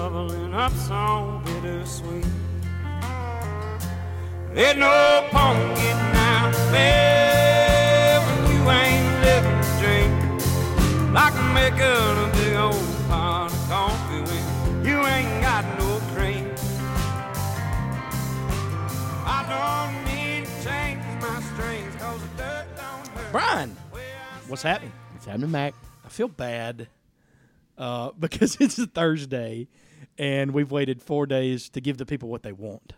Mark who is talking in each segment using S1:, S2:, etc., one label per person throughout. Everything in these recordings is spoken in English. S1: love song bittersweet. There's no point in getting out of bed when you ain't living the dream. Like making a big old pot of coffee when you ain't got no cream. I don't need to change my strings 'cause the dirt don't hurt.
S2: Brian,
S3: What's happening?
S2: it's happening, Mac.
S3: I feel bad uh, because it's a Thursday and we've waited four days to give the people what they want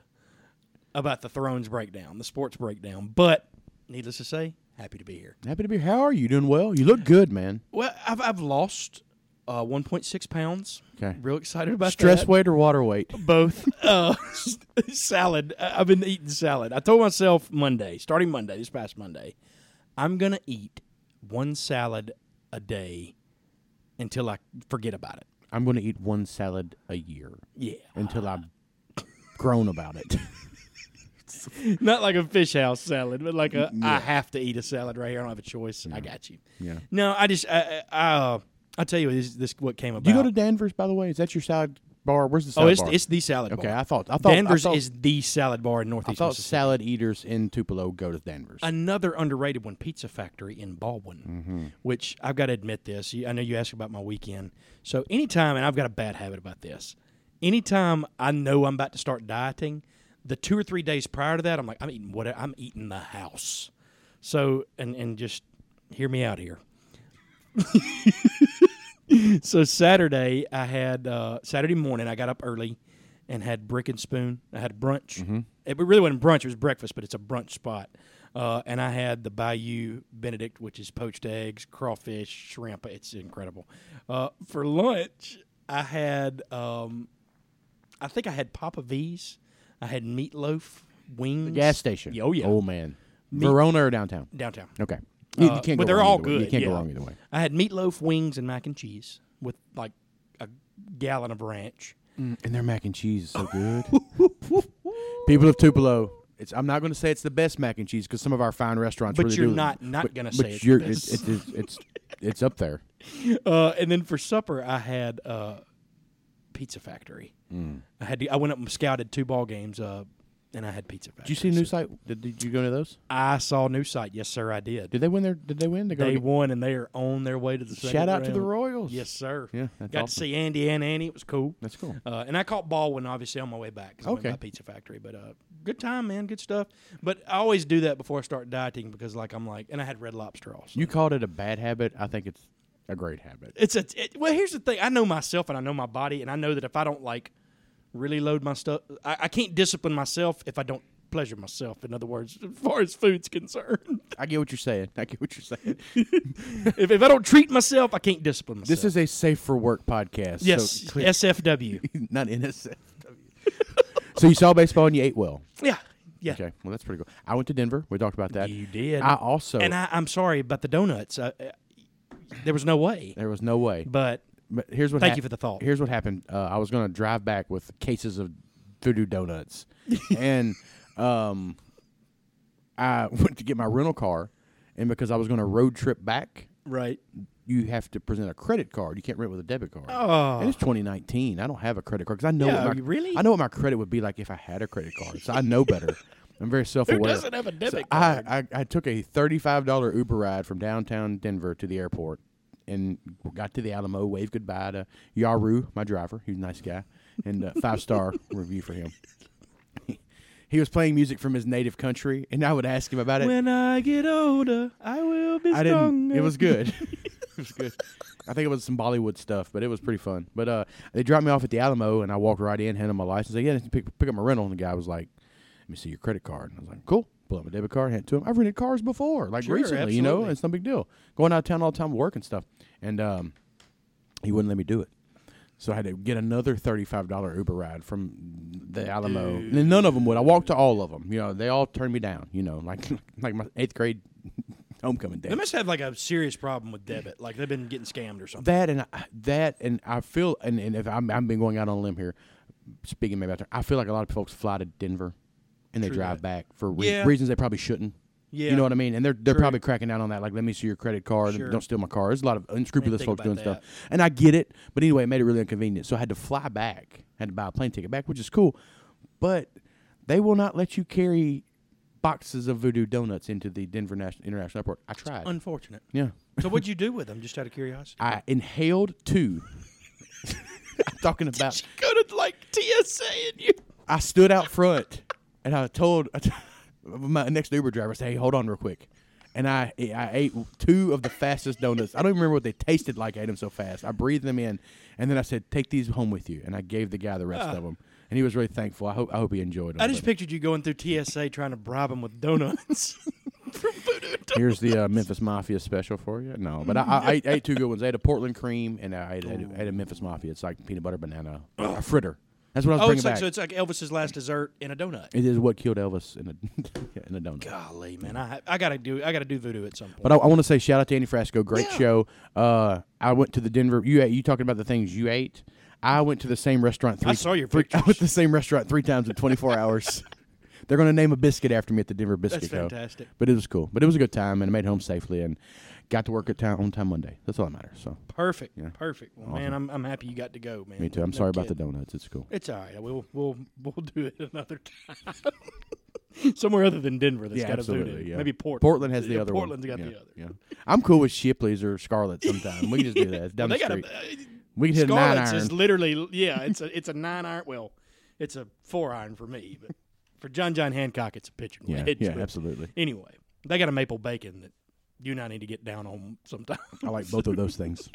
S3: about the Thrones breakdown, the sports breakdown. But needless to say, happy to be here.
S2: Happy to be. here. How are you? Doing well? You look good, man.
S3: Well, I've, I've lost uh, 1.6 pounds.
S2: Okay.
S3: Real excited about
S2: Stress
S3: that.
S2: weight or water weight?
S3: both uh, salad. I- I've been eating salad. I told myself Monday, starting Monday, this past Monday, I'm gonna eat one salad a day until I forget about it.
S2: I'm going to eat one salad a year
S3: Yeah,
S2: until I've grown about it.
S3: not like a fish house salad, but like a I have to eat a salad right here. I don't have a choice. I got you.
S2: Mm, Yeah.
S3: No, I just I I, I, uh, I'll tell you this this what came about.
S2: Do you go to Danvers, by the way? Is that your salad bar? Where's the
S3: oh
S2: salad
S3: it's
S2: bar?
S3: it's the salad
S2: okay.
S3: bar.
S2: I thought I thought
S3: Danvers
S2: I thought,
S3: is the salad bar in
S2: I
S3: Northeast
S2: thought
S3: Mississippi.
S2: salad eaters in Tupelo go to Danvers.
S3: another underrated one, Pizza Factory in Baldwin, which I've got to admit this. You- I know you asked about my weekend. So anytime, and I've got a bad habit about this. Anytime I know I'm about to start dieting, the two or three days prior to that, I'm like, I'm eating what I'm eating the house. So and and just hear me out here. so Saturday, I had uh, Saturday morning. I got up early and had brick and spoon. I had brunch.
S2: Mm-hmm.
S3: It really wasn't brunch; it was breakfast, but it's a brunch spot. Uh, and I had the Bayou Benedict, which is poached eggs, crawfish, shrimp. It's incredible. Uh, for lunch, I had um, I think I had Papa V's. I had meatloaf wings.
S2: Gas station.
S3: Yeah, oh yeah.
S2: Oh man. Verona or downtown?
S3: Downtown.
S2: Okay. You, you
S3: Uh,
S2: can't
S3: but
S2: go
S3: they're
S2: wrong
S3: all
S2: either way. You
S3: good,
S2: can't go
S3: yeah.
S2: wrong either way.
S3: I had meatloaf wings and mac and cheese with like a gallon of ranch.
S2: And their mac and cheese is so good. People of Tupelo, it's, I'm not going to say it's the best mac and cheese because some of our fine restaurants
S3: But
S2: really
S3: you're
S2: do.
S3: not- not gonna say it's the
S2: you're-
S3: best.
S2: It's, it's, it's, it's up there.
S3: Uh, and then for supper, I had uh, Pizza Factory.
S2: Mm.
S3: I had to, I went up and scouted two ball games, uh, and I had Pizza Factory.
S2: Did you see new
S3: So
S2: site? Did, did you go to those?
S3: I saw new site. Yes, sir, I did.
S2: Did they win their? Did they win? They, go
S3: They
S2: to-
S3: won, and they are on their way to the second
S2: Shout out to the
S3: round.
S2: Royals.
S3: Yes, sir.
S2: Yeah, that's
S3: got
S2: awesome.
S3: to see Andy and Annie. It was cool.
S2: That's cool.
S3: Uh, and I caught Baldwin obviously on my way back. 'cause I went
S2: Okay.
S3: by Pizza Factory, but uh, good time, man. Good stuff. But I always do that before I start dieting because, like, I'm like, and I had Red Lobster also.
S2: You called it a bad habit. I think it's a great habit.
S3: It's a it, well. Here's the thing. I know myself, and I know my body, and I know that if I don't like really load my stuff, I, I can't discipline myself if I don't pleasure myself. In other words, as far as food's concerned,
S2: I get what you're saying. I get what you're saying.
S3: if, if I don't treat myself, I can't discipline myself.
S2: This is a safe for work podcast. so
S3: yes,
S2: clear-
S3: SFW.
S2: not NSFW. so you saw baseball and you ate well.
S3: yeah, yeah.
S2: Okay, well that's pretty cool. I went to Denver. We talked about that.
S3: You did.
S2: I also.
S3: And I, I'm sorry about the donuts. Uh, uh, there was no way.
S2: there was no way.
S3: But
S2: But here's what.
S3: Thank you for the thought.
S2: Here's what happened. Uh, I was gonna drive back with cases of voodoo donuts, and um, I went to get my rental car, and because I was gonna road trip back,
S3: right,
S2: you have to present a credit card. You can't rent with a debit card.
S3: Oh.
S2: And it's 2019. I don't have a credit card because I know
S3: Yeah,
S2: what my,
S3: you really?
S2: I know what my credit would be like if I had a credit card. So I know better. I'm very self-aware.
S3: doesn't have a debit
S2: card? I, I, I took a $35 Uber ride from downtown Denver to the airport and got to the Alamo, waved goodbye to Yaru, my driver. He's a nice guy. And uh, five-star review for him. He was playing music from his native country, and I would ask him about it.
S3: when I get older, I will be
S2: I
S3: stronger.
S2: didn't. It was good. it was good. I think it was some Bollywood stuff, but it was pretty fun. But uh, they dropped me off at the Alamo, and I walked right in, handed my license. They yeah, pick, pick up my rental, and the guy was like, "Let me see your credit card." And I was like, "Cool." Pull out my debit card, hand it to him. I've rented cars before, like
S3: Sure,
S2: recently, you know.
S3: absolutely.
S2: It's no big deal. Going out of town all the time, work and stuff, and um, he wouldn't let me do it. So I had to get another thirty-five dollar Uber ride from the Alamo. And none of them would. I walked to all of them. You know, they all turned me down. You know, like like my eighth grade homecoming day.
S3: They must have like a serious problem with debit. Like they've been getting scammed or something.
S2: That and I, that and I feel and, and if I'm I'm been going out on a limb here, speaking maybe out there, I feel like a lot of folks fly to Denver, and they drive back for re-
S3: Yeah.
S2: reasons they probably shouldn't.
S3: Yeah.
S2: You know what I mean? And they're they're
S3: True.
S2: probably cracking down on that. Like, let me see your credit card.
S3: Sure.
S2: Don't steal my car. There's a lot of unscrupulous
S3: think
S2: folks doing
S3: about
S2: stuff. And I get it, but anyway, it made it really inconvenient. So I had to fly back. had to buy a plane ticket back, which is cool. But they will not let you carry boxes of voodoo donuts into the Denver National International Airport. I tried.
S3: Unfortunate.
S2: yeah.
S3: So what'd you do with them? Just out of curiosity.
S2: I inhaled two. I'm talking about
S3: could have like TSA and you.
S2: I stood out front and I told I t- my next Uber driver, I said, "Hey, hold on real quick." And I I ate two of the fastest donuts. I don't even remember what they tasted like. I ate them so fast. I breathed them in, and then I said, "Take these home with you." And I gave the guy the rest of them, and he was really thankful. I hope I hope he enjoyed them.
S3: Ah. I just
S2: But
S3: pictured you going through TSA trying to bribe them with donuts. From voodoo donuts.
S2: here's the uh, Memphis Mafia special for you. No, but I, I,
S3: Mm.
S2: I ate, ate two good ones. I ate a Portland cream and I ate, ate, a-
S3: Oh.
S2: ate a Memphis Mafia. It's like peanut butter banana a fritter. That's what I was
S3: Oh,
S2: bringing
S3: it's like
S2: back.
S3: so. It's like Elvis's last dessert in a donut.
S2: it is what killed Elvis in a in a donut.
S3: Golly, man, I I gotta do I gotta do voodoo at some point.
S2: But I, want to say shout out to Andy Frasco, great show. Uh, I went to the Denver. You ate- you talking about the things you ate? I went to the same restaurant. Three,
S3: I saw your
S2: three- I
S3: pictures.
S2: went to the same restaurant three times in 24 hours. They're going to name a biscuit after me at the Denver Biscuit Co.
S3: fantastic.
S2: But it was cool. But it was a good time, and I made it home safely, and got to work at town on time Monday. That's all that matters. So
S3: perfect, perfect. Well, Man,
S2: Awesome.
S3: I'm I'm happy you got to go, man.
S2: me too. I'm
S3: No
S2: sorry about
S3: kidding.
S2: the donuts. It's cool.
S3: It's all right. We'll we'll we'll do it another time. Somewhere other than Denver that's got a voodoo.
S2: yeah.
S3: Maybe Portland.
S2: Portland has the
S3: Yeah,
S2: other
S3: Portland's
S2: one.
S3: got
S2: Yeah,
S3: the other.
S2: Yeah. I'm cool with Shipley's or Scarlet sometime. We can just do that. It's down
S3: Well, they
S2: the
S3: got
S2: street.
S3: a uh,
S2: we can hit a nine
S3: Scarlet's
S2: iron.
S3: is literally yeah, it's a it's a nine iron well, it's a four iron for me, but for John John Hancock it's a pitch and
S2: yeah,
S3: wedge.
S2: yeah,
S3: but
S2: absolutely.
S3: Anyway, they got a maple bacon that you and I need to get down on sometime.
S2: I like both of those things.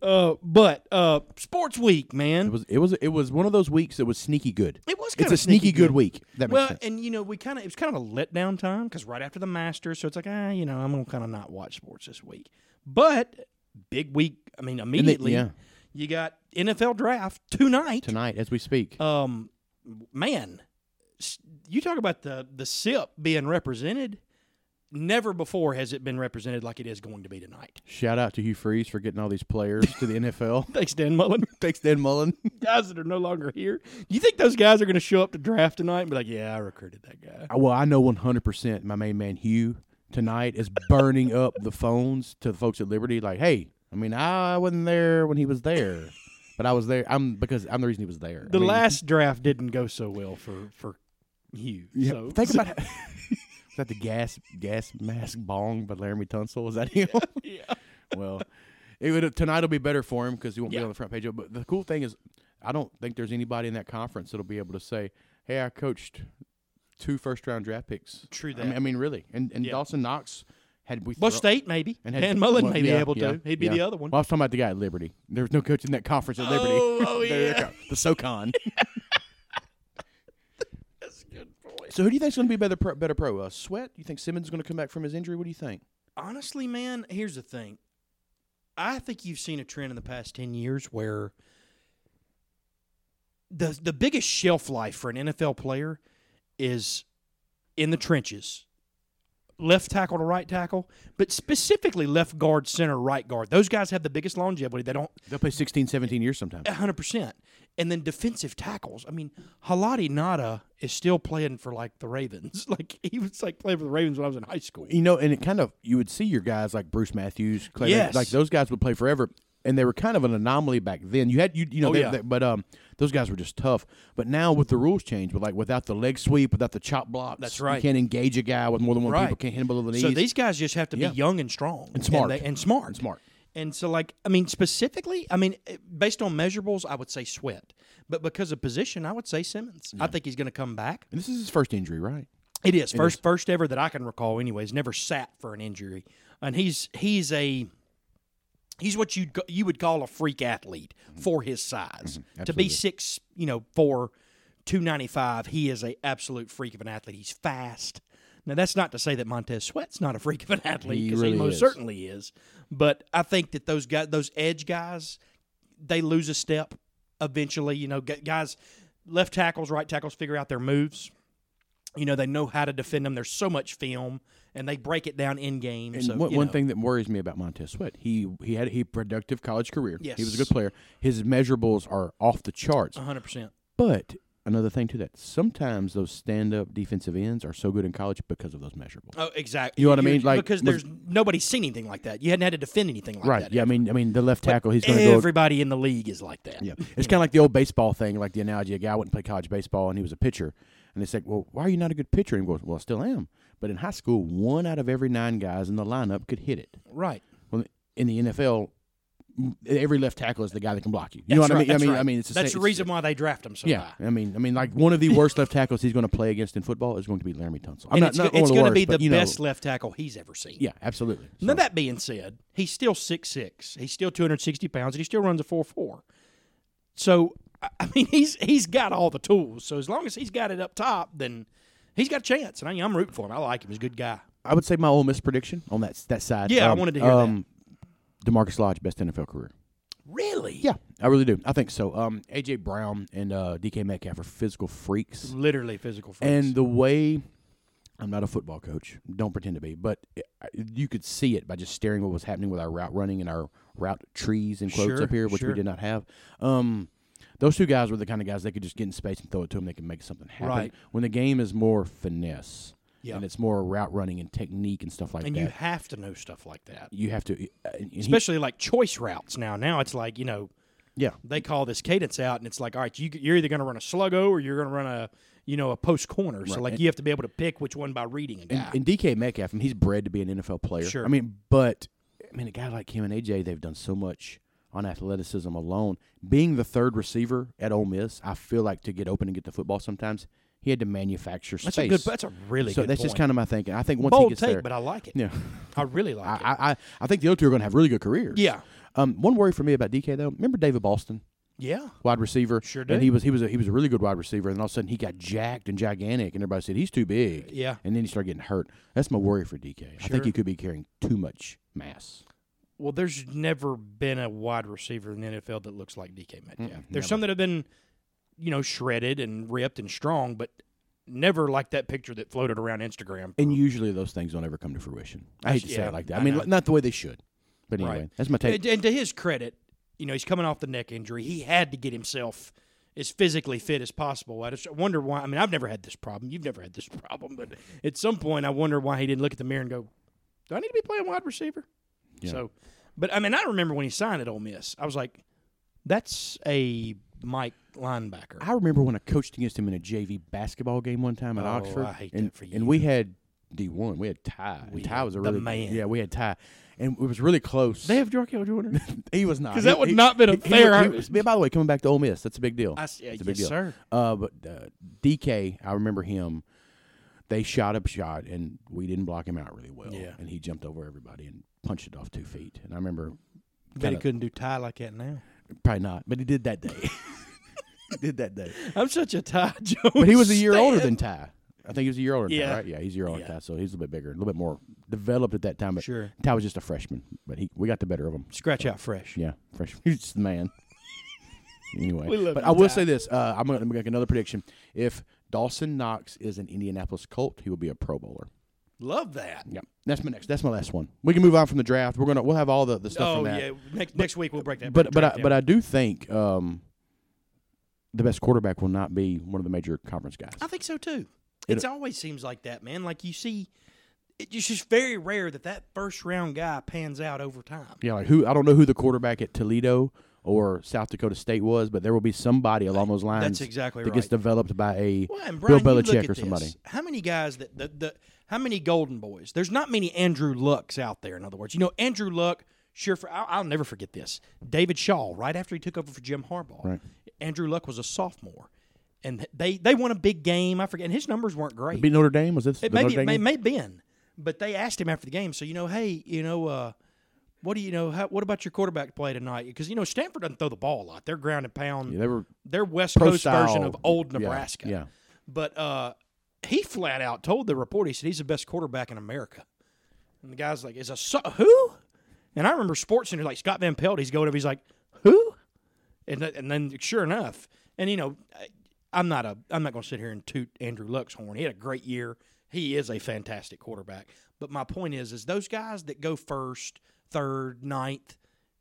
S3: Uh, but uh, sports week, man.
S2: It was it was it was one of those weeks that was sneaky good.
S3: It was
S2: It's
S3: kinda
S2: a sneaky,
S3: sneaky
S2: good,
S3: good.
S2: week. That makes
S3: well,
S2: sense.
S3: and you know, we kind of it was kind of a letdown time because right after the Masters, so it's like ah, you know, I'm gonna kind of not watch sports this week. But big week. I mean, immediately
S2: yeah.
S3: you got NFL draft tonight.
S2: Tonight, as we speak,
S3: Um, man, s- you talk about the the SIP being represented. Never before has it been represented like it is going to be tonight.
S2: shout out to Hugh Freeze for getting all these players to the NFL.
S3: Thanks, Dan Mullen.
S2: Thanks, Dan Mullen.
S3: guys that are no longer here. You think those guys are going to show up to draft tonight and be like, "Yeah, I recruited that guy."
S2: well, I know 100 percent my main man Hugh tonight is burning up the phones to the folks at Liberty. Like, hey, I mean, I wasn't there when he was there, but I was there. I'm because I'm the reason he was there. I
S3: The
S2: mean,
S3: last draft didn't go so well for for Hugh.
S2: yeah,
S3: so,
S2: think about. it. Is that the gas gas mask bong by Laramie Tunsil? Is that him?
S3: yeah.
S2: well, it would tonight will be better for him because he won't be
S3: Yeah.
S2: on the front page. But the cool thing is, I don't think there's anybody in that conference that'll be able to say, "Hey, I coached two first round draft picks."
S3: True
S2: I mean,
S3: that.
S2: I mean, really, and and
S3: Yeah.
S2: Dawson Knox had we
S3: Bush
S2: throw-
S3: State maybe,
S2: and
S3: and
S2: had,
S3: Dan Mullen
S2: well,
S3: may be
S2: yeah,
S3: able to.
S2: yeah,
S3: He'd be
S2: yeah.
S3: the other one.
S2: Well, I was talking about the guy at Liberty. There was no coach in that conference at Liberty.
S3: Oh, oh,
S2: There you
S3: yeah.
S2: go. the SoCon.
S3: That's a good point.
S2: so who do you think's going to be better pro, better pro? Uh, Sweat? You think Simmons is going to come back from his injury? What do you think?
S3: Honestly, man, here's the thing. I think you've seen a trend in the past ten years where the the biggest shelf life for an NFL player is in the trenches, left tackle to right tackle, but specifically left guard, center, right guard. Those guys have the biggest longevity. They don't
S2: They'll play 16, 17 years sometime.
S3: hundred percent. And then defensive tackles. I mean, Halati Nada is still playing for like the Ravens. Like he was like playing for the Ravens when I was in high school.
S2: you know, and it kind of you would see your guys like Bruce Matthews, Clay,
S3: Yes.
S2: like those guys would play forever, and they were kind of an anomaly back then. You had you you know,
S3: Oh,
S2: they,
S3: yeah.
S2: they- but um, those guys were just tough. But now with the rules change, but like without the leg sweep, without the chop blocks,
S3: That's right.
S2: You can't engage a guy with more than one
S3: Right.
S2: people. Can't hit him below the knees.
S3: So these guys just have to
S2: Yeah.
S3: be young and strong and
S2: smart.
S3: they- and smart
S2: And smart.
S3: And so, like, I mean, specifically, I mean, eh, based on measurables, I would say Sweat, but because of position, I would say Simmons. I think he's going to come back.
S2: and this is his first injury, right?
S3: It is first first ever that I can recall. Anyways, never sat for an injury, and he's he's a he's what you you would call a freak athlete
S2: Mm-hmm.
S3: for his size. To be six, you know, four, two ninety five, he is a absolute freak of an athlete. He's fast. Now that's not to say that Montez Sweat's not a freak of an athlete
S2: He
S3: because
S2: really
S3: he most
S2: is.
S3: certainly is. But I think that those guys, those edge guys, they lose a step eventually. You know, gu- guys, left tackles, right tackles figure out their moves. You know, they know how to defend them. There's so much film, and they break it down in game.
S2: And
S3: so,
S2: one,
S3: you
S2: one
S3: know.
S2: thing that worries me about Montez Sweat, he he had a productive college career. he was a good
S3: Yes.
S2: player. His measurables are off the charts.
S3: 100%.
S2: But another thing to that. Sometimes those stand-up defensive ends are so good in college because of those measurables.
S3: Oh, exactly.
S2: You know what I mean? Like,
S3: because
S2: was-
S3: there's nobody's seen anything like that. You hadn't had to defend anything like
S2: right?
S3: that.
S2: yeah. I mean, I mean, the left tackle he's going to go.
S3: Everybody in the league is like that.
S2: Yeah, it's kind of like the old baseball thing, like the analogy: a guy went and played college baseball, and he was a pitcher, and they said, "Well, why are you not a good pitcher?" And he goes, "Well, I still am." But in high school, one out of every nine guys in the lineup could hit it.
S3: Right.
S2: Well, in the NFL, m- every left tackle is the guy that can block you. You know
S3: That's
S2: what I
S3: right,
S2: mean? I
S3: that's
S2: mean,
S3: right.
S2: I mean, it's the
S3: that's
S2: same,
S3: the reason why they draft him so
S2: Yeah,
S3: high.
S2: I mean, I mean, like one of the worst left tackles he's going to play against in football is going to be Laramie Tunsil. I'm
S3: and
S2: not,
S3: it's,
S2: not
S3: go- it's
S2: going to
S3: be
S2: but,
S3: the
S2: you know,
S3: best left tackle he's ever seen.
S2: Yeah, absolutely. So,
S3: Now that being said, he's still six six. He's still two hundred sixty pounds, and he still runs a four four. So I- I mean, he's he's got all the tools. So as long as he's got it up top, then he's got a chance. And I, I'm rooting for him. I like him. He's a good guy.
S2: I would say my Ole Miss prediction on that that side.
S3: Yeah, I
S2: um,
S3: wanted to hear that.
S2: um, Demarcus Lodge, best NFL career.
S3: Really?
S2: Yeah, I really do. I think so. Um, AJ Brown and uh, DK Metcalf are physical freaks.
S3: Literally physical. Freaks.
S2: And the way I'm not a football coach, don't pretend to be, but eh, I- you could see it by just staring what was happening with our route running and our route trees and quotes
S3: Sure,
S2: up here, which
S3: sure.
S2: we did not have. Um, those two guys were the kind of guys they could just get in space and throw it to them. They can make something happen.
S3: Right.
S2: When the game is more finesse,
S3: Yeah.
S2: and it's more route running and technique and stuff like
S3: and
S2: that,
S3: you have to know stuff like that,
S2: you have to. Uh, and he-
S3: especially like choice routes. Now, now it's like you know
S2: yeah,
S3: they call this cadence out, and it's like all right, you, you're either going to run a sluggo or you're going to run a you know a post corner. So like you have to be able to pick which one by reading. a
S2: And,
S3: guy.
S2: and DK Metcalf, I mean, he's bred to be an NFL player.
S3: Sure.
S2: I mean, but I mean, a guy like him and AJ, they've done so much on athleticism alone. Being the third receiver at Ole Miss, I feel like to get open and get the football sometimes, he had to manufacture
S3: that's
S2: space.
S3: a good. That's a really
S2: so
S3: good
S2: that's
S3: point.
S2: just kind of my thinking. I think once he
S3: bold
S2: gets
S3: take,
S2: there,
S3: but I like it.
S2: yeah,
S3: I really like it.
S2: I, I- I I think the other two are going to have really good careers.
S3: Yeah.
S2: Um, one worry for me about DK though, remember David Boston?
S3: Yeah,
S2: wide receiver.
S3: Sure do.
S2: And he was he was a, he was a really good wide receiver. And all of a sudden he got jacked and gigantic, and everybody said he's too big.
S3: Yeah.
S2: And then he started getting hurt. That's my worry for DK. I
S3: Sure.
S2: think he could be carrying too much mass.
S3: Well, there's never been a wide receiver in the NFL that looks like DK Metcalf. there's
S2: never.
S3: some that have been, you know, shredded and ripped and strong, but never like that picture that floated around Instagram.
S2: And usually those things don't ever come to fruition. Uh, I hate to say
S3: Yeah,
S2: it like that. I,
S3: I
S2: mean,
S3: know.
S2: not the way they should. But anyway,
S3: Right.
S2: that's my take.
S3: and, and to his credit, you know, he's coming off the neck injury. He had to get himself as physically fit as possible. I just wonder why. I mean, I've never had this problem. You've never had this problem, but at some point, I wonder why he didn't look at the mirror and go, "Do I need to be playing wide receiver?" So, but I mean, I remember when he signed at Ole Miss. I was like, "That's a Mike linebacker."
S2: I remember when I coached against him in a JV basketball game one time at
S3: Oh,
S2: Oxford.
S3: I hate
S2: and,
S3: that for
S2: And
S3: you.
S2: we had D one. We had Ty. And Ty was a
S3: the
S2: really
S3: man.
S2: Yeah, we had Ty, and it was really close.
S3: they have Jarkel Jordan.
S2: he was not
S3: 'Cause
S2: He-
S3: that would
S2: he-
S3: not been a
S2: he- he
S3: fair
S2: was- he
S3: argument.
S2: was- by the way, coming back to Ole Miss, that's a big deal.
S3: I s- yeah,
S2: It's a big
S3: yes,
S2: deal.
S3: sir.
S2: Uh, but uh, DK, I remember him. They shot up shot, and we didn't block him out really well.
S3: Yeah.
S2: and he jumped over everybody and punched it off two feet. And I remember
S3: Bet he
S2: kinda-
S3: couldn't do tie like that now.
S2: probably not, but he did that day. he did that day.
S3: I'm such a Ty Jones.
S2: But he was a year older
S3: stan.
S2: than Ty. I think he was a year older than
S3: Yeah.
S2: Ty, right? Yeah, he's a year older
S3: Yeah.
S2: than Ty, so he's a little bit bigger, a little bit more developed at that time. But
S3: Sure.
S2: Ty was just a freshman, but he we got the better of him.
S3: Scratch out fresh.
S2: Yeah, freshman. He's just the man. anyway,
S3: We love
S2: but
S3: you,
S2: I will
S3: Ty.
S2: say this: uh, I'm going to make another prediction. If Dawson Knox is an Indianapolis Colt, he will be a Pro Bowler.
S3: Love that.
S2: Yeah, that's my next. That's my last one. We can move on from the draft. We're gonna we'll have all the, the stuff
S3: Oh
S2: from that.
S3: yeah. Next next week we'll break that.
S2: But but I, but I do think um, the best quarterback will not be one of the major conference guys.
S3: I think so too. It always seems like that, man. Like you see, it's just very rare that that first round guy pans out over time.
S2: Yeah, like who I don't know who the quarterback at Toledo or South Dakota State was, but there will be somebody along those lines.
S3: exactly
S2: that gets
S3: right.
S2: developed by a
S3: Well, and Brian, you
S2: Bill
S3: look
S2: Belichick
S3: at
S2: or somebody.
S3: This. How many guys that the, the how many Golden Boys? There's not many Andrew Lucks out there. In other words, you know Andrew Luck. Sure, for I'll, I'll never forget this. David Shaw, right after he took over for Jim Harbaugh,
S2: Right.
S3: Andrew Luck was a sophomore, and they they won a big game. I forget, and his numbers weren't great.
S2: Beat Notre Dame was this?
S3: It
S2: the
S3: maybe
S2: Notre
S3: it
S2: Dame
S3: may,
S2: game?
S3: may been, but they asked him after the game. So you know, hey, you know, uh, what do you know? How, what about your quarterback play tonight? Because you know Stanford doesn't throw the ball a lot. They're ground and pound.
S2: Yeah, they were
S3: They're West
S2: pro
S3: Coast version
S2: style.
S3: of old
S2: Yeah,
S3: Nebraska.
S2: yeah.
S3: But uh, he flat out told the report. He said he's the best quarterback in America. And the guy's like, "Is a so- who?" And I remember Sports Center like Scott Van Pelt. He's going up. He's like, "Who?" And th- and then sure enough, and you know, I- I'm not a I'm not going to sit here and toot Andrew Luck's horn. He had a great year. He is a fantastic quarterback. But my point is, is those guys that go first, third, ninth,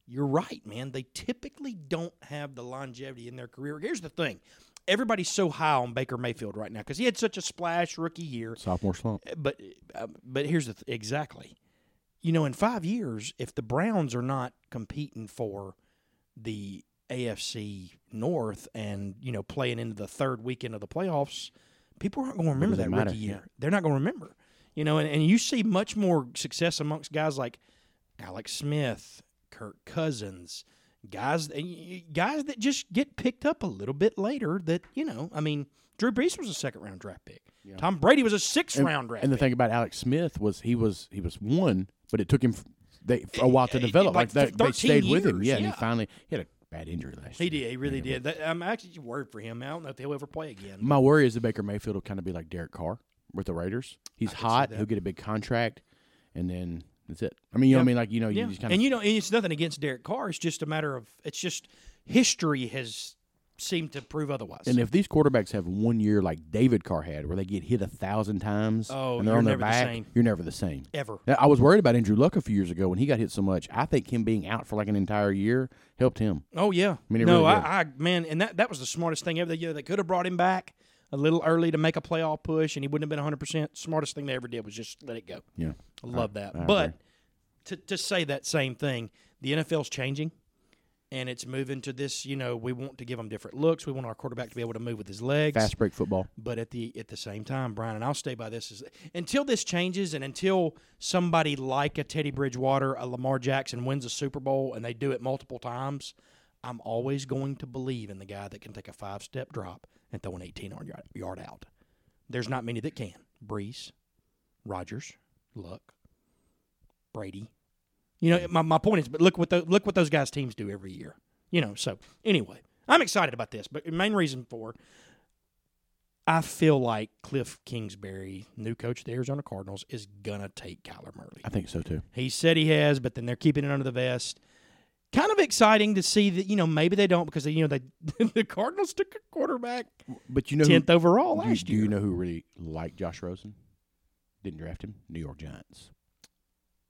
S3: you're right, man. They typically don't have the longevity in their career. Here's the thing. everybody's so high on Baker Mayfield right now because he had such a splash rookie year.
S2: Sophomore slump.
S3: But uh, but here's the th- exactly, you know, in five years, if the Browns are not competing for the AFC North and you know playing into the third weekend of the playoffs, people aren't going to remember
S2: does it
S3: that
S2: matter?
S3: rookie year. They're not going to remember, you know. And, and you see much more success amongst guys like Alex Smith, Kirk Cousins, guys and y- y- guys that just get picked up a little bit later. That you know, I mean, Drew Brees was a second round draft pick. Tom Brady was a sixth round draft.
S2: And the
S3: pick.
S2: thing about Alex Smith was he was he was one, but it took him f- they, for a while to develop.
S3: like
S2: Like,
S3: th-
S2: they, they
S3: 13
S2: stayed with him.
S3: years,
S2: Yeah, and he
S3: yeah.
S2: finally he had a bad injury last
S3: he
S2: year.
S3: did. He really did. That, I'm actually worried for him. I don't know if he'll ever play again.
S2: My worry is that Baker Mayfield will kind of be like Derek Carr with the Raiders. He's hot. He'll get a big contract, and then that's it. I mean, you know what I mean? Like you know, you
S3: Yeah.
S2: just kind of
S3: and you know, and it's nothing against Derek Carr. It's just a matter of it's just history has seemed to prove otherwise.
S2: And if these quarterbacks have one year like David Carr had, where they get hit a thousand times
S3: Oh,
S2: and they're
S3: you're
S2: on their
S3: never the
S2: back,
S3: same.
S2: you're never the same.
S3: Ever.
S2: Now, I was worried about Andrew Luck a few years ago when he got hit so much. I think him being out for like an entire year helped him.
S3: Oh yeah.
S2: mean, it
S3: no,
S2: really did.
S3: I, I man, and that that was the smartest thing ever. They, you know, they could have brought him back a little early to make a playoff push, and he wouldn't have been 100. percent Smartest thing they ever did was just let it go.
S2: Yeah,
S3: I love that.
S2: I
S3: but
S2: agree.
S3: to to say that same thing, the NFL's changing. And it's moving to this, you know, we want to give them different looks. We want our quarterback to be able to move with his legs.
S2: fast break football.
S3: But at the at the same time, Brian, and I'll stay by this is until this changes and until somebody like a Teddy Bridgewater, a Lamar Jackson wins a Super Bowl and they do it multiple times, I'm always going to believe in the guy that can take a five step drop and throw an 18 yard, yard out. There's not many that can. Brees, Rogers, Luck, Brady. You know, my, my point is, but look what the, look what those guys' teams do every year. You know, so anyway, I'm excited about this, but the main reason for I feel like Cliff Kingsbury, new coach of the Arizona Cardinals, is gonna take Kyler Murray.
S2: I think so too.
S3: He said he has, but then they're keeping it under the vest. Kind of exciting to see that you know maybe they don't because you know they the Cardinals took a quarterback
S2: But you know,
S3: tenth
S2: who,
S3: overall
S2: do, you,
S3: last
S2: do
S3: year.
S2: you know who really liked Josh Rosen? Didn't draft him. New York Giants.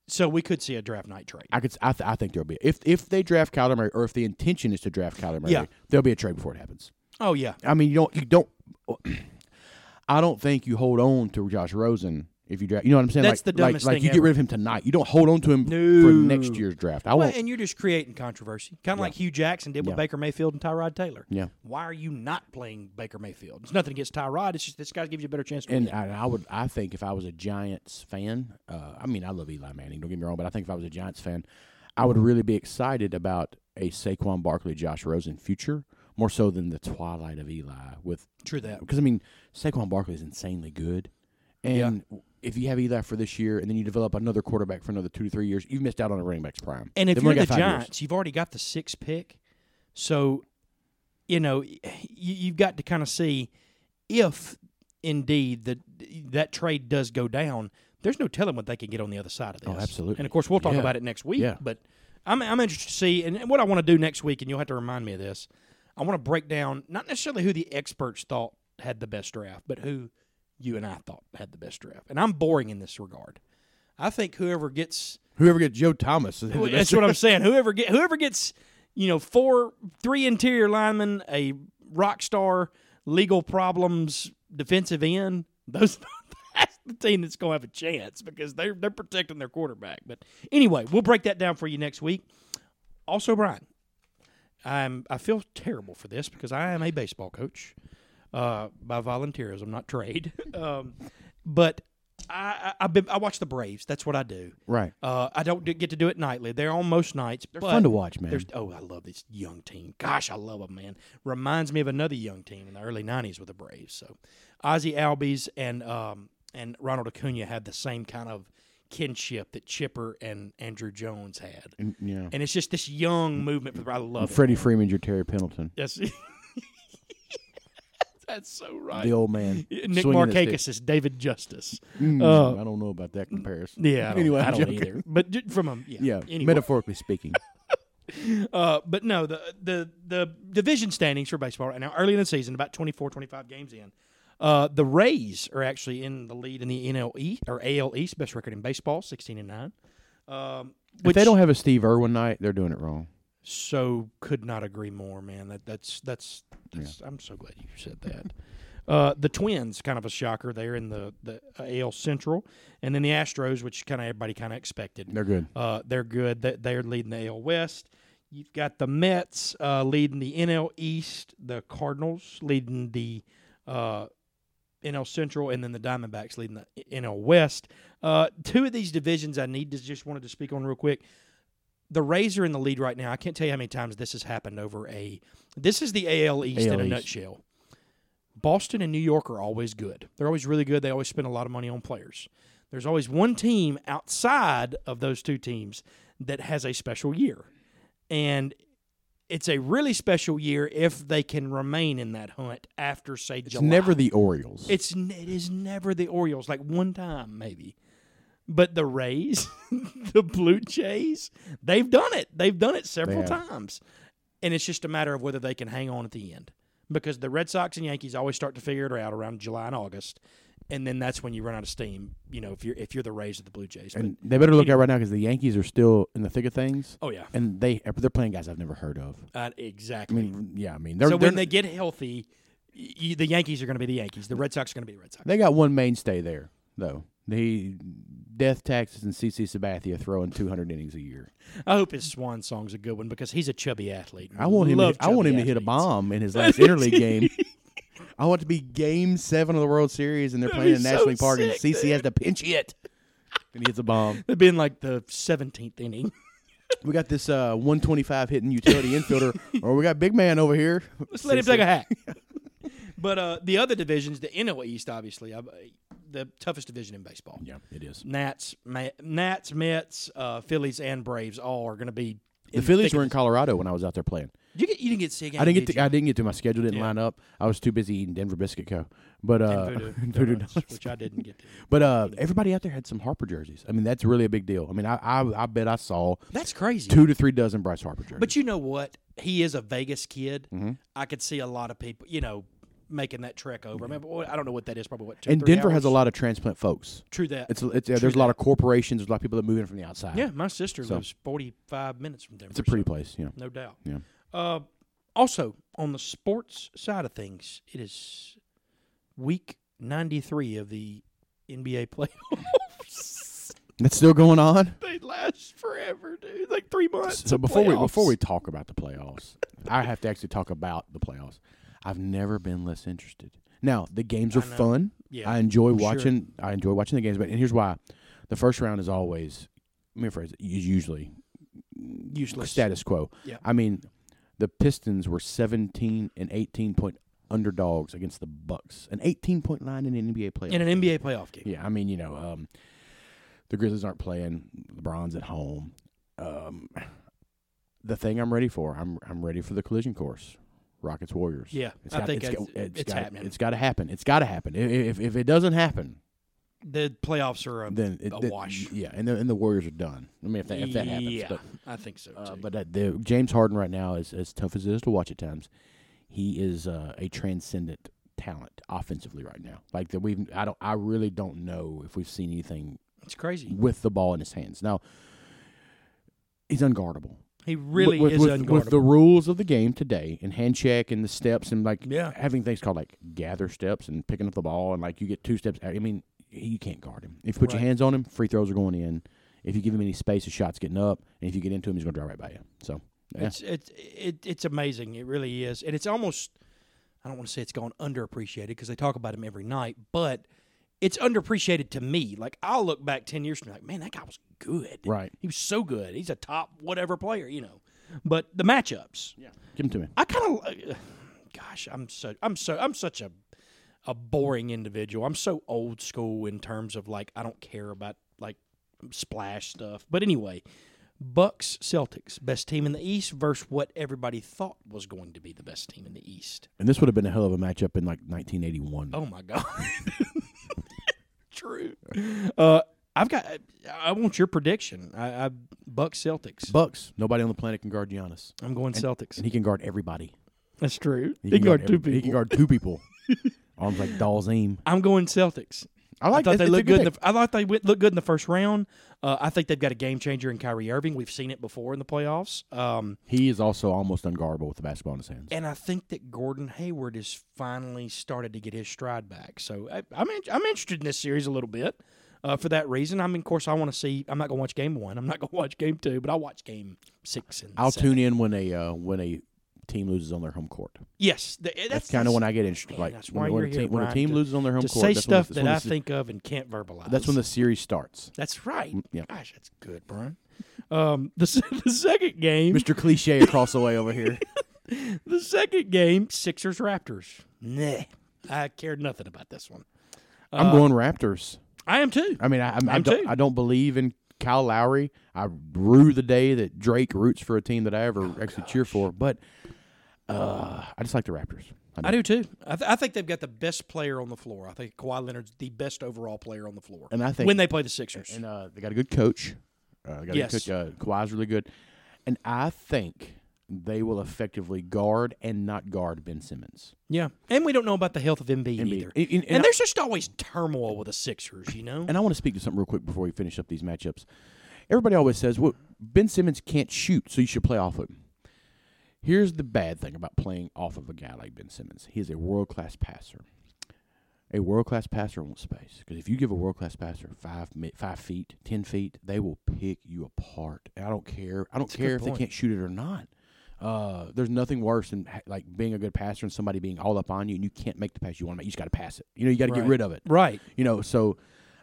S3: So we could see a draft night trade.
S2: I could. s- I, th- I think there'll be if if they draft Kyler Murray or if the intention is to draft Kyler Murray,
S3: Yeah.
S2: there'll be a trade before it happens.
S3: Oh yeah,
S2: I mean, you don't, you don't. I don't think you hold on to Josh Rosen if you draft. You know what I'm saying?
S3: That's
S2: like,
S3: the dumbest
S2: like, Like
S3: thing
S2: you get
S3: ever.
S2: rid of him tonight. You don't hold on to him
S3: No.
S2: for next year's draft. I
S3: well,
S2: won't.
S3: and you're just creating controversy, kind of like Hugh Jackson did with
S2: Yeah.
S3: Baker Mayfield and Tyrod Taylor.
S2: Yeah.
S3: Why are you not playing Baker Mayfield? It's nothing against Tyrod. It's just this guy gives you a better chance. To
S2: And
S3: win.
S2: I, I would. I think if I was a Giants fan, uh, I mean, I love Eli Manning. Don't get me wrong, but I think if I was a Giants fan, I would really be excited about a Saquon Barkley, Josh Rosen future more so than the twilight of Eli with
S3: True that.
S2: because I mean Saquon Barkley is insanely good, and if you have Eli for this year and then you develop another quarterback for another two to three years, you've missed out on a running back's prime.
S3: And if
S2: They've
S3: you're
S2: only
S3: the
S2: got five years.
S3: Giants, you've already got the sixth pick. So, you know, you, you've got to kind of see if indeed the, that trade does go down. There's no telling what they can get on the other side of this.
S2: Oh, absolutely.
S3: And of course, we'll talk
S2: Yeah.
S3: about it next week.
S2: Yeah.
S3: But I'm, I'm interested to see. And what I want to do next week, and you'll have to remind me of this, I want to break down not necessarily who the experts thought had the best draft, but who you and I thought had the best draft. And I'm boring in this regard. I think whoever gets
S2: whoever gets Joe Thomas, is
S3: well, that's what I'm saying. Whoever get whoever gets, you know, four, three interior linemen, a rock star, legal problems, defensive end. Those that's the team that's going to have a chance because they're they're protecting their quarterback. But anyway, we'll break that down for you next week. Also, Brian, I'm I feel terrible for this because I am a baseball coach uh, by volunteerism, not trade. um, but I, I I've been, I watch the Braves. That's what I do.
S2: right.
S3: Uh, I don't do, get to do it nightly. They're on most nights. They're
S2: Fun to watch, man.
S3: There's, oh, I love this young team. Gosh, I love them, man. Reminds me of another young team in the early '90s with the Braves. So, Ozzy Albies and um, and Ronald Acuna had the same kind of kinship that Chipper and Andrew Jones had,
S2: And, Mm, yeah,
S3: and it's just this young movement. For the, I love it.
S2: Freddie Freeman's your Terry Pendleton,
S3: Yes, that's so right.
S2: the old man.
S3: Nick
S2: swinging his
S3: Markakis is David Justice.
S2: stick. Mm, I don't know about that comparison.
S3: Yeah, I don't,
S2: Anyway,
S3: I
S2: I'm
S3: don't
S2: joking.
S3: either. But ju- from a
S2: Yeah,
S3: yeah, anyway.
S2: metaphorically speaking.
S3: Uh, but no, the the the division standings for baseball right now, early in the season, about 24, 25 games in. Uh, the Rays are actually in the lead in the NL East or AL East, best record in baseball, sixteen and nine. Um,
S2: if
S3: which
S2: they don't have a Steve Irwin night, they're doing it wrong.
S3: So could not agree more, man. That that's that's, that's I'm so glad you said that. Uh, the Twins, kind of a shocker there in the the AL Central, and then the Astros, which kind of everybody kind of expected.
S2: They're good.
S3: Uh, they're good. They- They're leading the AL West. You've got the Mets uh, leading the NL East, the Cardinals leading the uh, NL Central, and then the Diamondbacks leading the NL West. Uh, two of these divisions I need to just wanted to speak on real quick. The Rays are in the lead right now. I can't tell you how many times this has happened over a. This is the AL East in
S2: AL
S3: a
S2: East.
S3: nutshell. Boston and New York are always good. They're always really good. They always spend a lot of money on players. There's always one team outside of those two teams that has a special year. And it's a really special year if they can remain in that hunt after, say,
S2: It's
S3: July.
S2: never the Orioles.
S3: It's n- it is never the Orioles. Like one time maybe, but the Rays, the Blue Jays, they've done it. They've done it several
S2: have.
S3: times, and it's just a matter of whether they can hang on at the end because the Red Sox and Yankees always start to figure it out around July and August, and then that's when you run out of steam. You know, if you're if you're the Rays or the Blue Jays. But,
S2: and they better look out right now because the Yankees are still in the thick of things,
S3: oh yeah,
S2: and they they're playing guys I've never heard of.
S3: uh,
S2: I
S3: exactly.
S2: mean, yeah, I mean, they're,
S3: so
S2: they're
S3: when they get healthy, y- y the Yankees are going to be the Yankees. The Red Sox are going to be the Red Sox.
S2: They got one mainstay there, though. The death taxes and CC Sabathia throwing 200 innings a year.
S3: I hope his swan song's a good one because he's a chubby athlete.
S2: I want him.
S3: Love
S2: To, I want him
S3: chubby
S2: to hit a
S3: athletes.
S2: bomb in his last interleague game. I want it to be Game Seven of the World Series, and they're
S3: That'd
S2: playing
S3: be
S2: in
S3: so
S2: National League Park, and
S3: sick,
S2: CC has to pinch hit, and he hits a bomb.
S3: It'd been like the seventeenth inning.
S2: We got this uh, 125 hitting utility infielder, or we got big man over here.
S3: Let's let him
S2: CC.
S3: take a hack. but uh, the other divisions, the NL East, obviously, I, the toughest division in baseball.
S2: Yeah, it is.
S3: Nats, Ma- Nats, Mets, uh, Phillies, and Braves all are going to be.
S2: The Phillies were in Colorado when I was out there playing.
S3: You, get, you didn't get sick.
S2: I didn't get. To, I didn't get to. My schedule didn't
S3: Yeah.
S2: line up. I was too busy eating Denver biscuit co. But uh,
S3: voodoo,
S2: Voodoo
S3: donuts,
S2: donuts.
S3: which I didn't get. To.
S2: But uh, everybody out there had some Harper jerseys. I mean, that's really a big deal. I mean, I I, I bet I saw
S3: That's crazy.
S2: two to three dozen Bryce Harper jerseys.
S3: But you know what? He is a Vegas kid.
S2: Mm-hmm.
S3: I could see a lot of people, you know, making that trek over. I, mean, well, I don't know what that is. Probably what. Two,
S2: and
S3: three
S2: Denver has a
S3: hours?
S2: lot of transplant folks.
S3: True that.
S2: It's, it's yeah, there's a lot of corporations. There's a lot of people that move in from the outside.
S3: yeah, my sister
S2: So-
S3: lives forty five minutes from Denver.
S2: it's a pretty place. You know,
S3: No doubt.
S2: Yeah.
S3: Uh, also, on the sports side of things, it is week 93 of the NBA playoffs.
S2: that's still going on.
S3: they last forever, dude. Like three months.
S2: So
S3: of
S2: before we
S3: playoffs.
S2: before we talk about the playoffs, I have to actually talk about the playoffs. I've never been less interested. Now the games are
S3: know.
S2: fun.
S3: Yeah,
S2: I enjoy
S3: sure.
S2: watching. I enjoy watching the games. But and here's why: the first round is always. Let me rephrase it. Is usually
S3: useless.
S2: status quo.
S3: Yeah.
S2: I mean, the Pistons were 17 and 18 point underdogs against the Bucks, an 18 point line in an NBA playoff.
S3: In an NBA playoff game.
S2: yeah, I mean, you know, um, the Grizzlies aren't playing. LeBron's at home. Um, the thing I'm ready for, I'm I'm ready for the collision course. Rockets Warriors.
S3: Yeah, I think
S2: it's,
S3: it's- it's
S2: got,
S3: happening.
S2: It's got to happen. It's got to happen. I- i- If, if it doesn't happen,
S3: The playoffs are a,
S2: then it,
S3: a
S2: th-
S3: wash.
S2: Yeah, and the, and the Warriors are done. I mean, if that, if that happens,
S3: Yeah,
S2: but
S3: I think so. Too.
S2: uh, but uh, the James Harden right now is as tough as it is to watch at times. He is uh, a transcendent talent offensively right now. Like that we've I don't I really don't know if we've seen anything
S3: it's crazy.
S2: with the ball in his hands. Now he's unguardable.
S3: He really
S2: with,
S3: is
S2: with,
S3: unguardable.
S2: with the rules of the game today and hand check and the steps and like
S3: Yeah.
S2: having things called like gather steps and picking up the ball and like you get two steps. I mean, you can't guard him. If you put your
S3: Right.
S2: hands on him, free throws are going in. If you give him any space, his shot's getting up. And if you get into him, he's going to drive right by you. So yeah.
S3: It's it's it, it's amazing. It really is, and it's almost I don't want to say it's gone underappreciated because they talk about him every night, but it's underappreciated to me. Like I'll look back ten years from now, like man, that guy was good.
S2: Right.
S3: he was so good. He's a top whatever player, you know. But the matchups, yeah.
S2: Give him to me.
S3: I kind of, gosh, I'm so I'm so I'm such a a boring individual. I'm so old school in terms of like I don't care about like splash stuff. But anyway, Bucks Celtics best team in the East versus what everybody thought was going to be the best team in the East.
S2: And this would have been a hell of a matchup in like 1981.
S3: Oh my god. True. Uh I've got I want your prediction. I, I Bucks Celtics.
S2: Bucks. Nobody on the planet can guard Giannis,
S3: I'm going Celtics.
S2: and he can guard everybody.
S3: That's true.
S2: He
S3: They guard two
S2: every- He
S3: people.
S2: can guard two people. Arms like Dalzim.
S3: I'm going Celtics.
S2: I like.
S3: I thought
S2: it's-
S3: they
S2: it's a
S3: looked good. In
S2: pick.
S3: the, I thought they went, looked good in the first round. Uh, I think they've got a game changer in Kyrie Irving. We've seen it before in the playoffs. Um,
S2: He is also almost unguardable with the basketball in his hands.
S3: and I think that Gordon Hayward has finally started to get his stride back. So I, I'm in, I'm interested in this series a little bit uh, for that reason. I mean, of course, I want to see. I'm not gonna watch game one. I'm not gonna watch game two, but I'll watch game six and.
S2: I'll
S3: seven.
S2: tune in when a uh, when a team loses on their home court.
S3: Yes, th- eh, that's,
S2: That's kind of when I get interested.
S3: man,
S2: Like
S3: that's why
S2: when, when, a
S3: you're here,
S2: team, when a
S3: Brian,
S2: team
S3: to-
S2: loses on their home
S3: to
S2: court.
S3: say
S2: that's when
S3: stuff
S2: the-
S3: that
S2: when
S3: I
S2: the-
S3: think of and can't verbalize.
S2: That's when the series starts.
S3: That's right.
S2: Mm, yeah.
S3: Gosh, that's good, Brian. Um, the se- the second game,
S2: Mr. Cliche across the way over here.
S3: the second game, Sixers Raptors. Nah, I cared nothing about this one.
S2: I'm going Raptors.
S3: I am too.
S2: I mean, I, I, I,
S3: Uh, I'm
S2: don't,
S3: too.
S2: I don't believe in Kyle Lowry. I rue the day that Drake roots for a team that I ever
S3: Oh,
S2: actually cheer for. But uh, I just like the Raptors.
S3: I do too. I, th- I think they've got the best player on the floor. I think Kawhi Leonard's the best overall player on the floor.
S2: And I think-
S3: when they play the Sixers,
S2: And uh, they got a good coach. Uh, they got
S3: Yes.
S2: a good coach. Uh, Kawhi's really good. And I think they will effectively guard and not guard Ben Simmons.
S3: yeah, and we don't know about the health of Embiid, either.
S2: And- and- and
S3: and
S2: I-
S3: there's just always turmoil with the Sixers, you know.
S2: And I want to speak to something real quick before we finish up these matchups. Everybody always says, well, Ben Simmons can't shoot, so you should play off of him. Here's the bad thing about playing off of a guy like Ben Simmons. He is a world class passer. A world class passer wants space because if you give a world class passer five mi- five feet, ten feet, they will pick you apart. And I don't care. I don't
S3: a good
S2: care if
S3: point.
S2: they can't shoot it or not. Uh, there's nothing worse than ha- like being a good passer and somebody being all up on you and you can't make the pass you want to make. You just got to pass it. You know, you got to
S3: Right.
S2: get rid of it.
S3: Right.
S2: You know, so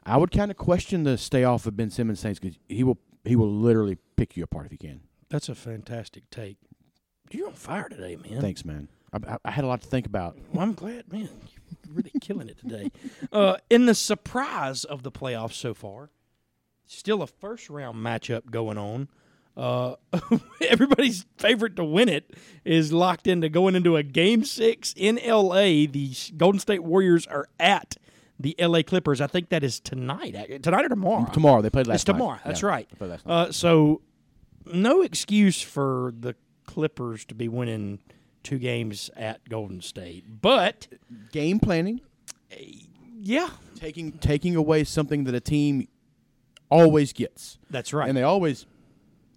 S2: I would kind of question the stay off of Ben Simmons things because he will he will literally pick you apart if he can.
S3: That's a fantastic take. You're on fire today, man.
S2: Thanks, man. I, I, I had a lot to think about.
S3: Well, I'm glad, man. You're really killing it today. Uh, in the surprise of the playoffs so far, still a first round matchup going on. Uh, everybody's favorite to win it is locked into going into a game six in LA. The Golden State Warriors are at the LA Clippers. I think that is tonight, ac- tonight or tomorrow.
S2: Tomorrow they played last.
S3: It's tomorrow.
S2: Night.
S3: That's
S2: Yeah,
S3: right.
S2: they played last night.
S3: Uh, so, no excuse for the Clippers to be winning two games at Golden State. But
S2: Game planning,
S3: yeah,
S2: taking taking away something that a team always gets,
S3: that's right.
S2: and they always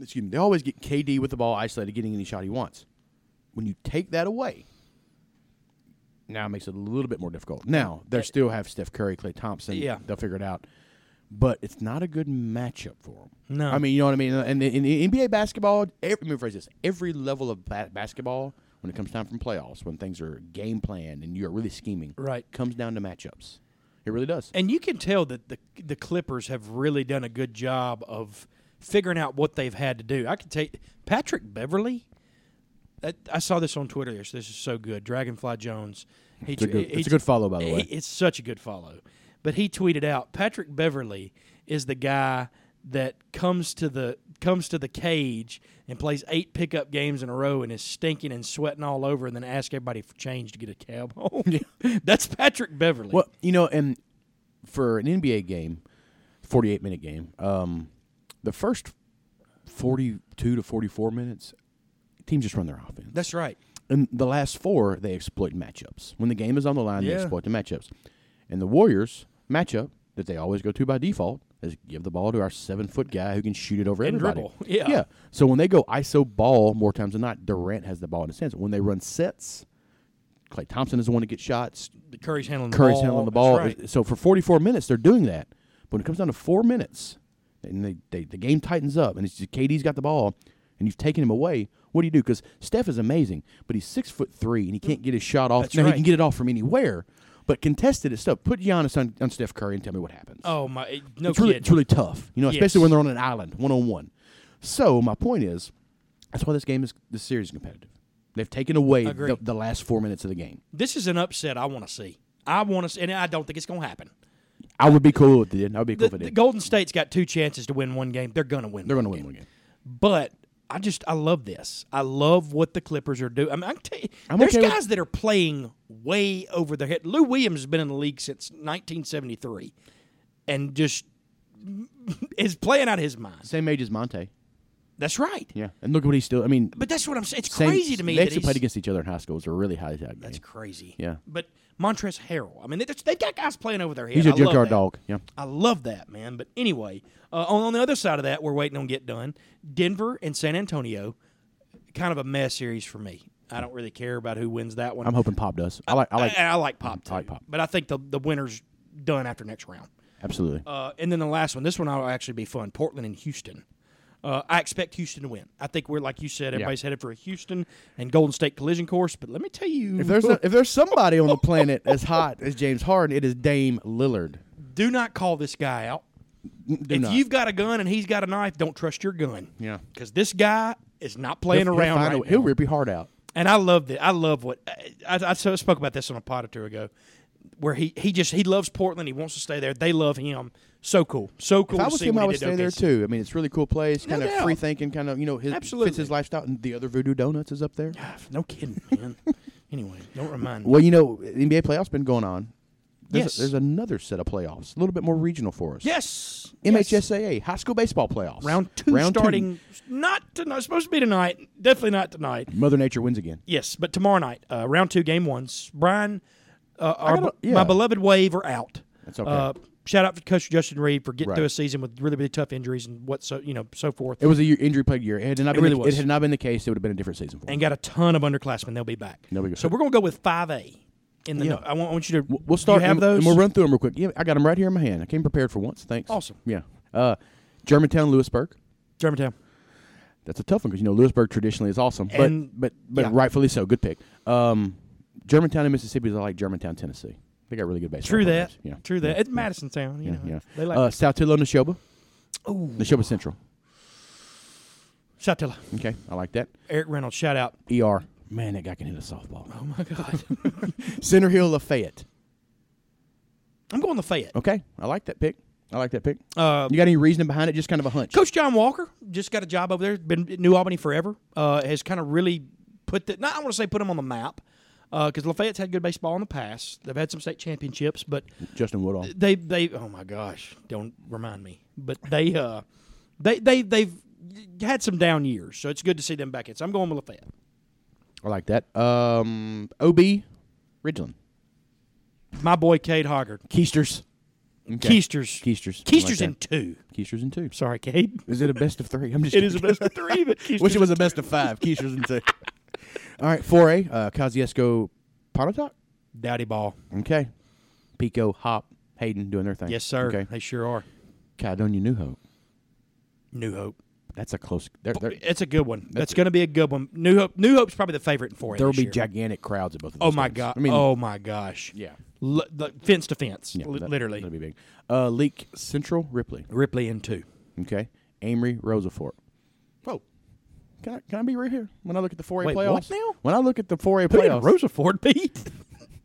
S2: excuse me, they always get KD with the ball isolated, getting any shot he wants. When you take that away. Now it makes it a little bit more difficult. Now they still have Steph Curry, Clay Thompson.
S3: Yeah.
S2: they'll figure it out. but it's not a good matchup for them.
S3: No.
S2: I mean, you know what I mean. Uh, And in, in NBA basketball, every, let me rephrase this: every level of ba- basketball, when it comes time from playoffs, when things are game planned and you're really scheming,
S3: Right.
S2: comes down to matchups. It really does.
S3: and you can tell that the the Clippers have really done a good job of figuring out what they've had to do. I can take Patrick Beverly. That, I saw this on Twitter. This this is so good. Dragonfly Jones. He,
S2: It's a good, it's a good follow, by the
S3: He-
S2: way.
S3: It's such a good follow. But he tweeted out Patrick Beverly is the guy that comes to the comes to the cage and plays eight pickup games in a row and is stinking and sweating all over and then asks everybody for change to get a cab home. That's Patrick Beverly.
S2: Well, you know, and for an NBA game, 48 minute game, um, the first 42 to 44 minutes, teams just run their offense.
S3: That's right.
S2: And the last four, they exploit matchups. When the game is on the line,
S3: Yeah.
S2: they exploit the matchups. And the Warriors matchup that they always go to by default is give the ball to our seven foot guy who can shoot it over
S3: And
S2: everybody.
S3: dribble. Yeah.
S2: yeah. So when they go ISO ball more times than not, Durant has the ball in his hands. When they run sets, Clay Thompson is the one to get shots.
S3: Curry's handling the
S2: Curry's
S3: ball.
S2: handling the
S3: That's
S2: ball.
S3: right.
S2: So for 44 minutes, they're doing that. But when it comes down to four minutes, and they, they the game tightens up, and it's just KD's got the ball, and you've taken him away. What do you do? Because Steph is amazing, but he's six foot three, and he can't get his shot off.
S3: That's
S2: now
S3: right.
S2: he can get it off from anywhere, but contested is stuff. Put Giannis on, on Steph Curry and tell me what happens.
S3: Oh my it- no
S2: it's really,
S3: kid.
S2: it's really tough, you know, especially
S3: Yes.
S2: when they're on an island, one on one. So my point is, that's why this game is this series is competitive. They've taken away
S3: Agree.
S2: the, the last four minutes of the game.
S3: this is an upset I want to see. I want to see and I don't think it's going to happen.
S2: I would be cool with it. I would be cool
S3: The,
S2: with
S3: the
S2: it.
S3: Golden State's got two chances to win one game. They're going to win.
S2: They're going to win one game.
S3: But I just I love this. I love what the Clippers are doing. I mean, I can tell you,
S2: I'm
S3: there's
S2: okay with-
S3: guys that are playing way over their head. Lou Williams has been in the league since 1973, and just is playing out of his mind.
S2: Same age as Monte.
S3: That's right.
S2: Yeah, and look what he's still. I mean,
S3: But that's what I'm saying. It's
S2: same-
S3: crazy to me.
S2: They
S3: that
S2: actually
S3: he's-
S2: played against each other in high school. It's a really high tech game.
S3: That's crazy.
S2: Yeah.
S3: But Montrezl Harrell. I mean, they- they've got guys playing over their head.
S2: He's
S3: I
S2: a
S3: love
S2: junkyard
S3: that.
S2: dog. Yeah,
S3: I love that, man. But anyway, uh, on, on the other side of that, we're waiting on get done. Denver and San Antonio, kind of a mess series for me. I don't really care about who wins that one.
S2: I'm hoping Pop does. I like. I like.
S3: and I like Pop too.
S2: I like Pop.
S3: But I think the the winner's done after next round.
S2: Absolutely.
S3: Uh, and then the last one, this one will actually be fun. Portland and Houston. Uh, I expect Houston to win. I think we're like you said, everybody's headed for a Houston and Golden State collision course. But let me tell you,
S2: If there's a, if there's somebody on the planet as hot as James Harden, it is Dame Lillard.
S3: do not call this guy out.
S2: Do
S3: if
S2: not.
S3: you've got a gun and he's got a knife, don't trust your gun.
S2: Yeah.
S3: because this guy is not playing
S2: He'll- he'll
S3: around.
S2: find a-
S3: right
S2: he'll
S3: now.
S2: rip your heart out.
S3: and I love that. I love what I, I, I so- spoke about this on a pod or two ago, where he he just he loves Portland. He wants to stay there. They love him. So cool. So cool.
S2: If I
S3: to
S2: was
S3: see
S2: him,
S3: what
S2: I
S3: he
S2: would
S3: did to
S2: stay there
S3: OKC.
S2: too. I mean, it's really cool place,
S3: No
S2: kind of
S3: doubt.
S2: free thinking, kind of you know, his fits
S3: Absolutely.
S2: his lifestyle. And the other Voodoo Donuts is up there.
S3: Ah, No kidding, man. anyway, don't remind me.
S2: Well, you know, the NBA playoffs been going on. There's,
S3: Yes.
S2: there's another set of playoffs, a little bit more regional for us.
S3: Yes. Yes.
S2: MHSAA high school baseball playoffs.
S3: Round two starting not tonight. Supposed to be tonight. Definitely not tonight.
S2: Mother Nature wins again.
S3: Yes, but tomorrow night, uh, round two, game ones. Brian, uh, our,
S2: gotta-
S3: be-
S2: yeah.
S3: my beloved Wave are out.
S2: That's okay.
S3: Uh, shout out to Coach Justin Reed for getting
S2: Right.
S3: through a season with really really tough injuries and what so you know so forth,
S2: It was a year, injury plagued year. Had it, not been
S3: really
S2: the,
S3: was.
S2: it had not been the case, it would have been a different season for him.
S3: and got a ton of underclassmen. They'll be back.
S2: They'll be good.
S3: So we're gonna go with five A. In the
S2: Yeah.
S3: no- I want, I want you to.
S2: We'll start.
S3: You have
S2: and,
S3: those.
S2: and we'll run through them real quick. Yeah, I got them right here in my hand. I came prepared for once. Thanks.
S3: Awesome.
S2: Yeah. Uh, Germantown, Lewisburg.
S3: Germantown.
S2: That's a tough one because you know Lewisburg traditionally is awesome, but
S3: And-
S2: but but
S3: yeah.
S2: rightfully so. Good pick. Um, Germantown in Mississippi is like Germantown, Tennessee. They got really good baseball.
S3: True
S2: players.
S3: that.
S2: Yeah.
S3: True that. It's Madison Town. You
S2: Yeah.
S3: know.
S2: yeah.
S3: They like
S2: uh, Saltillo, Neshoba.
S3: Ooh.
S2: Neshoba Central.
S3: Satilla.
S2: Okay, I like that.
S3: Eric Reynolds. Shout out.
S2: ER. Man, that guy can hit a softball.
S3: Oh my God.
S2: Center Hill, Lafayette.
S3: I'm going to Fayette.
S2: Okay, I like that pick. I like that pick.
S3: Uh,
S2: You got any reasoning behind it? Just kind of a hunch.
S3: Coach John Walker just got a job over there. Been at New Albany forever. Uh, has kind of really put the. Not I want to say put him on the map because Lafayette's had good baseball in the past. They've had some state championships, but
S2: Justin Woodall.
S3: they they oh my gosh, don't remind me. But they uh they they they've had some down years, so it's good to see them back in. So I'm going with Lafayette.
S2: I like that. Um, OB, Ridgeland.
S3: My boy Cade Hoggard,
S2: Keisters. Okay.
S3: Keisters,
S2: Keisters. I
S3: Keisters
S2: like that.
S3: in two.
S2: Keisters in two.
S3: Sorry, Cade.
S2: Is it a best of three? I'm just.
S3: It is a best of three, but Keisters
S2: Wish it was a best of five. Keisters in two. All right, four A. Uh, Kosciuszko, Pontotoc.
S3: Dowdy Ball.
S2: Okay. Pico, Hop, Hayden doing their thing.
S3: Yes, sir.
S2: Okay.
S3: They sure are.
S2: Caledonia, New Hope.
S3: New Hope.
S2: That's a close. There, there,
S3: It's a good one. That's going to be a good one. New Hope. New Hope's probably the favorite in four.
S2: there will
S3: this
S2: be
S3: year.
S2: gigantic crowds at both of those
S3: Oh my
S2: games.
S3: god.
S2: I mean,
S3: oh my gosh.
S2: yeah.
S3: L- the- fence to fence.
S2: Yeah,
S3: li-
S2: that-
S3: literally.
S2: That'd be big. Uh, Leak Central Ripley.
S3: Ripley in two.
S2: Okay. Amory Rosafort. Whoa. Can I, can I be right here when I look at the 4A
S3: Wait,
S2: playoffs?
S3: what now?
S2: When I look at the 4A
S3: Who did
S2: playoffs.
S3: Rosaford beat?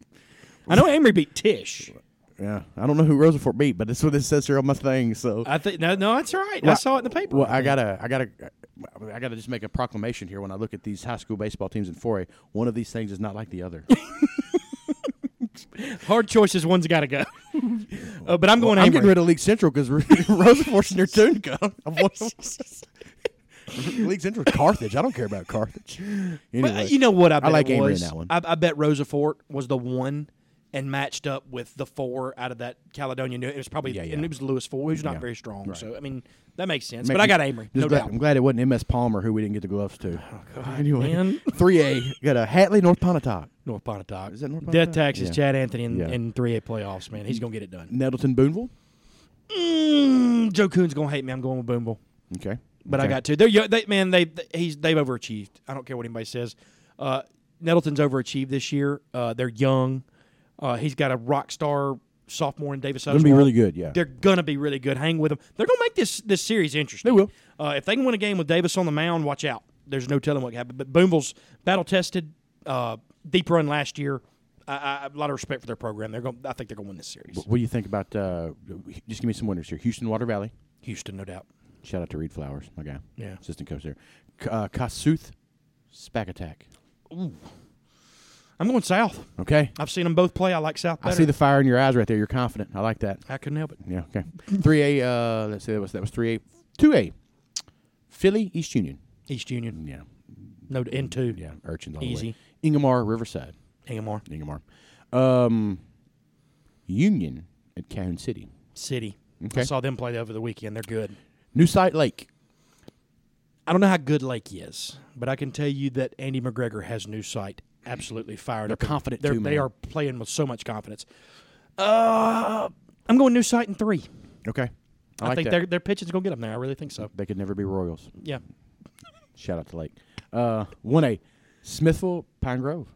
S3: I know Amory beat Tish.
S2: yeah. I don't know who Rosafort beat, but that's what it says here on my thing. So
S3: I think no, no, that's right. I
S2: Well,
S3: saw it in the paper.
S2: Well, I gotta, I gotta, I gotta just make a proclamation here. When I look at these high school baseball teams in 4A, one of these things is not like the other.
S3: Hard choices. One's got to go. Uh, but I'm going.
S2: I'm
S3: Amory.
S2: getting rid of League Central because Rosafort's near Tunica. I'm watching- League Central, Carthage. I don't care about Carthage.
S3: But, uh,
S2: Anyway,
S3: you know what? I, bet
S2: like
S3: it
S2: Amory in
S3: was?
S2: that one.
S3: I, I bet Rosafort was the one and matched up with the four out of that Caledonia. New. It was probably
S2: Yeah, yeah.
S3: and it was Lewis Four, who's not
S2: Yeah.
S3: very strong. So I mean that makes sense.
S2: Make-
S3: but I got Amory,
S2: just
S3: no
S2: glad-
S3: doubt. Oh,
S2: I'm glad it wasn't MS Palmer who we didn't get the gloves to. anyway,
S3: man.
S2: three A got a Hatley North Pontotoc,
S3: North Pontotoc. Is
S2: that North
S3: Death
S2: Pontotoc?
S3: taxes
S2: Yeah.
S3: Chad Anthony in,
S2: Yeah.
S3: in 3A playoffs, man. He's going to get it done.
S2: Nettleton Boonville.
S3: Mm, Joe Coon's going to hate me. I'm going with Boomble.
S2: Okay,
S3: But I
S2: Okay.
S3: got to. They're, yo- they, man, they, they, he's, they've overachieved. I don't care what anybody says. Uh, Nettleton's overachieved this year. Uh, they're young. Uh, he's got a rock star sophomore in Davis
S2: Gonna
S3: Oswald.
S2: be really good. Yeah,
S3: They're gonna be really good. Hang with them. They're gonna make this this series interesting.
S2: They will.
S3: Uh, if they can win a game with Davis on the mound, watch out. There's no telling what can happen. But Boonville's battle tested, uh, deep run last year. I, I, a lot of respect for their program. They're going. I think they're gonna win this series.
S2: What do you think about? Uh, just give me some winners here. Houston Water Valley.
S3: Houston, no doubt.
S2: Shout out to Reed Flowers, my guy.
S3: Yeah.
S2: assistant coach there. K- uh, Kasuth Spack Attack.
S3: I'm going south.
S2: Okay,
S3: I've seen them both play. I like South
S2: I
S3: better.
S2: see the fire in your eyes right there. You're confident. I like that.
S3: I couldn't help it.
S2: Yeah. Okay. Three A. Uh, let's see. That was that was three A. Two A. Philly, East Union.
S3: East Union.
S2: Yeah,
S3: No, in two.
S2: yeah, urchins all
S3: Easy.
S2: the way. Ingomar, Riverside.
S3: Ingemar.
S2: Ingomar. Um, Union at Cahoon City.
S3: City.
S2: Okay.
S3: I saw them play over the weekend. They're good.
S2: New Site Lake.
S3: I don't know how good Lake is, but I can tell you that Andy McGregor has new sight. Absolutely fired.
S2: They're
S3: up.
S2: confident
S3: They're,
S2: too,
S3: they
S2: man.
S3: are playing with so much confidence. Uh, I'm going new sight in three.
S2: Okay. I,
S3: I,
S2: like
S3: think
S2: that. Mm-hmm.
S3: their their pitching's gonna get them there. I really think so.
S2: They could never be Royals.
S3: Yeah.
S2: Shout out to Lake. Uh, 1A, Smithville, Pine Grove.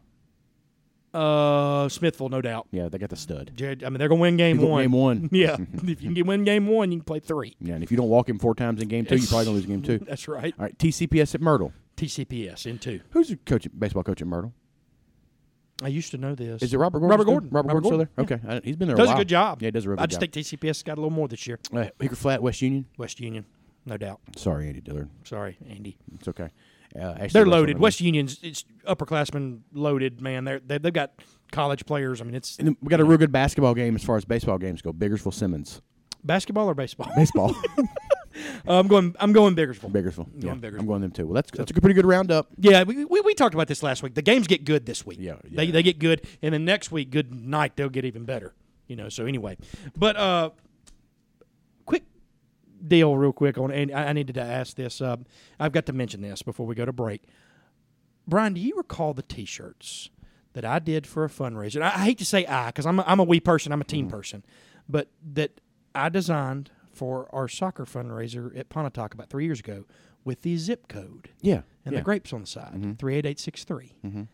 S3: Uh, Smithville, no doubt.
S2: Yeah, they got the stud.
S3: Jared, I mean, they're gonna win game
S2: They're gonna
S3: one.
S2: win one.
S3: Yeah. if you can get- win game one, you can play three.
S2: Yeah, and if you don't walk him four times in game two, you're probably going to lose game two.
S3: That's right.
S2: All right, TCPS at Myrtle.
S3: TCPS in two.
S2: Who's your coach, at- baseball coach at Myrtle?
S3: I used to know this.
S2: Is it Robert Gordon?
S3: Robert
S2: still?
S3: Gordon.
S2: Robert,
S3: Robert
S2: Gordon still there?
S3: Gordon,
S2: Okay. I- he's been there
S3: Does
S2: a
S3: a
S2: while.
S3: good job.
S2: Yeah, he does a real
S3: I
S2: good
S3: just
S2: job.
S3: think TCPS got a little more this year.
S2: uh, Hickory Flat, West Union.
S3: West Union, no doubt.
S2: Sorry, Andy Dillard.
S3: Sorry, Andy.
S2: It's okay. Uh, Ashley
S3: They're
S2: Russell,
S3: loaded.
S2: I mean.
S3: West Union's it's upperclassmen loaded, man. They're, they they've got college players. I mean, it's
S2: And then we got a real good basketball game as far as baseball games go. Biggersville Simmons.
S3: basketball or baseball.
S2: Baseball.
S3: Uh, I'm going. I'm going Biggersville.
S2: Biggersville. Yeah,
S3: Going Biggersville.
S2: I'm going them too. Well, that's that's a pretty good roundup.
S3: Yeah, we, we, we talked about this last week. The games get good this week.
S2: Yeah,
S3: They,
S2: yeah.
S3: they get good, and then next week, good night, they'll get even better. You know. So anyway, but uh, quick deal, real quick on. And I I needed to ask this. Uh, I've got to mention this before we go to break. Brian, do you recall the T-shirts that I did for a fundraiser? I, I hate to say I because I'm a, I'm a we person, I'm a team
S2: Mm-hmm.
S3: person, but that I designed for our soccer fundraiser at Pontotoc about three years ago with the zip code
S2: Yeah.
S3: and
S2: yeah. Mm-hmm.
S3: the grapes on the side, 38863.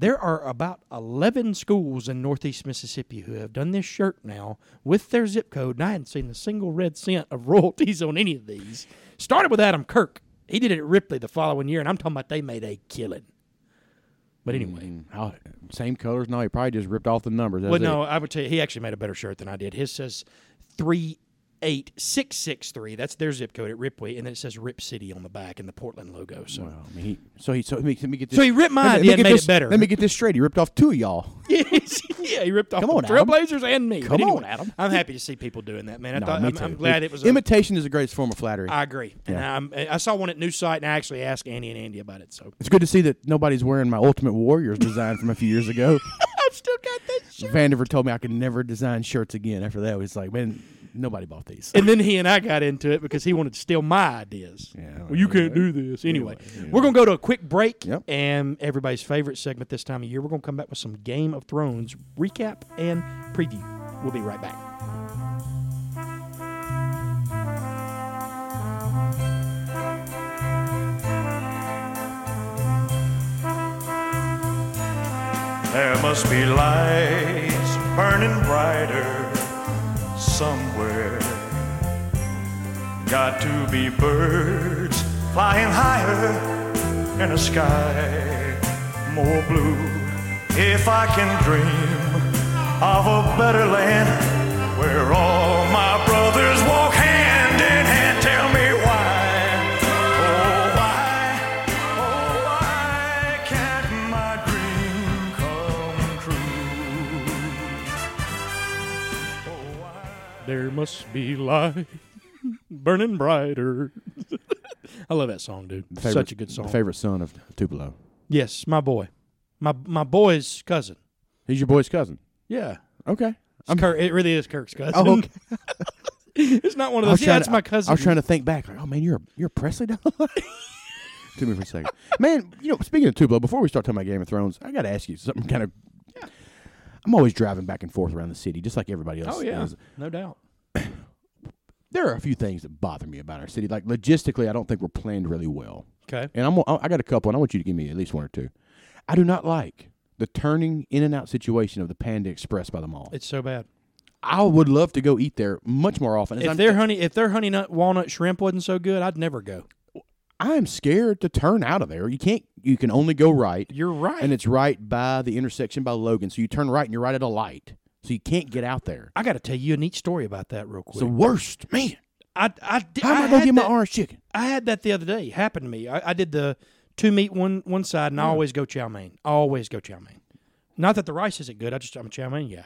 S3: There are about 11 schools in Northeast Mississippi who have done this shirt now with their zip code, and I hadn't seen a single red cent of royalties on any of these. Started with Adam Kirk. He did it at Ripley the following year, and I'm talking about they made a killing. But anyway.
S2: Mm, how- same colors. No, he probably just ripped off the numbers. That's
S3: Well, no,
S2: it.
S3: I would tell you, he actually made a better shirt than I did. His says 38663. That's their zip code at Ripley, and then it says Rip City on the back and the Portland logo. So.
S2: Well, I mean, he, so he so let me, let me get this.
S3: So he ripped my
S2: let
S3: idea
S2: me- let me
S3: and
S2: get
S3: made
S2: this-
S3: it better.
S2: Let me get this straight. He ripped off two of y'all.
S3: Yes. yeah, he ripped off
S2: Come
S3: the
S2: on, Adam.
S3: Trailblazers and me. But
S2: Come on,
S3: anyway,
S2: Adam.
S3: I'm happy to see people doing that, man. I
S2: No,
S3: thought,
S2: me
S3: I'm,
S2: too.
S3: I'm glad it was. A,
S2: imitation is the greatest form of flattery.
S3: I agree,
S2: Yeah.
S3: and I'm, I saw one at New Site, and I actually asked Andy and Andy about it. So
S2: it's good to see that nobody's wearing my Ultimate Warriors design from a few years ago.
S3: I've still got that shirt.
S2: Vandiver told me I could never design shirts again. After that, he's like, man, nobody bought these.
S3: And then he and I got into it because he wanted to steal my ideas.
S2: Yeah,
S3: well, you can't do this anyway. We're gonna go to a quick break,
S2: Yep.
S3: and everybody's favorite segment this time of year. We're gonna come back with some Game of Thrones recap and preview. We'll be right back.
S4: There must be lights burning brighter somewhere. Got to be birds flying higher in a sky more blue. If I can dream of a better land where all my brothers walk hand in hand, tell me why. Oh, why? Oh, why can't my dream come true? Oh, why?
S3: There must be light burning brighter. I love that song, dude.
S2: Favorite-
S3: Such a good song.
S2: Favorite son of Tupelo.
S3: Yes, my boy, my my boy's cousin.
S2: He's your boy's cousin.
S3: Yeah,
S2: Okay.
S3: it's Kirk, it really is Kirk's cousin.
S2: Oh, okay.
S3: it's not one of those. Yeah, that's my cousin.
S2: I was trying to think back. Like, oh man, you're a, you're a Presley doll. to me for a second, man. You know, speaking of Tupelo, before we start talking about Game of Thrones, I got to ask you something. Kind of, I'm always driving back and forth around the city, just like everybody else.
S3: oh yeah,
S2: is.
S3: no doubt.
S2: There are a few things that bother me about our city. Like logistically, I don't think we're planned really well.
S3: Okay.
S2: And I'm I got a couple, and I want you to give me at least one or two. I do not like the turning in and out situation of the Panda Express by the mall.
S3: It's so bad.
S2: I would love to go eat there much more often. As
S3: If
S2: I'm-
S3: their honey, if their honey nut walnut shrimp wasn't so good, I'd never go.
S2: I'm scared to turn out of there. You can't. You can only go right.
S3: You're right.
S2: and it's right by the intersection by Logan. So you turn right and you're right at a light. So you can't get out there.
S3: I got to tell you a neat story about that real quick.
S2: It's the worst, man.
S3: I I did.
S2: How am
S3: I
S2: I, gonna
S3: had
S2: get my
S3: that-
S2: orange chicken?
S3: I had that the other day. Happened to me. I, I did the two meat one one side, and I always go chow mein. Always go chow mein. Not that the rice isn't good. I just I'm a chow mein guy.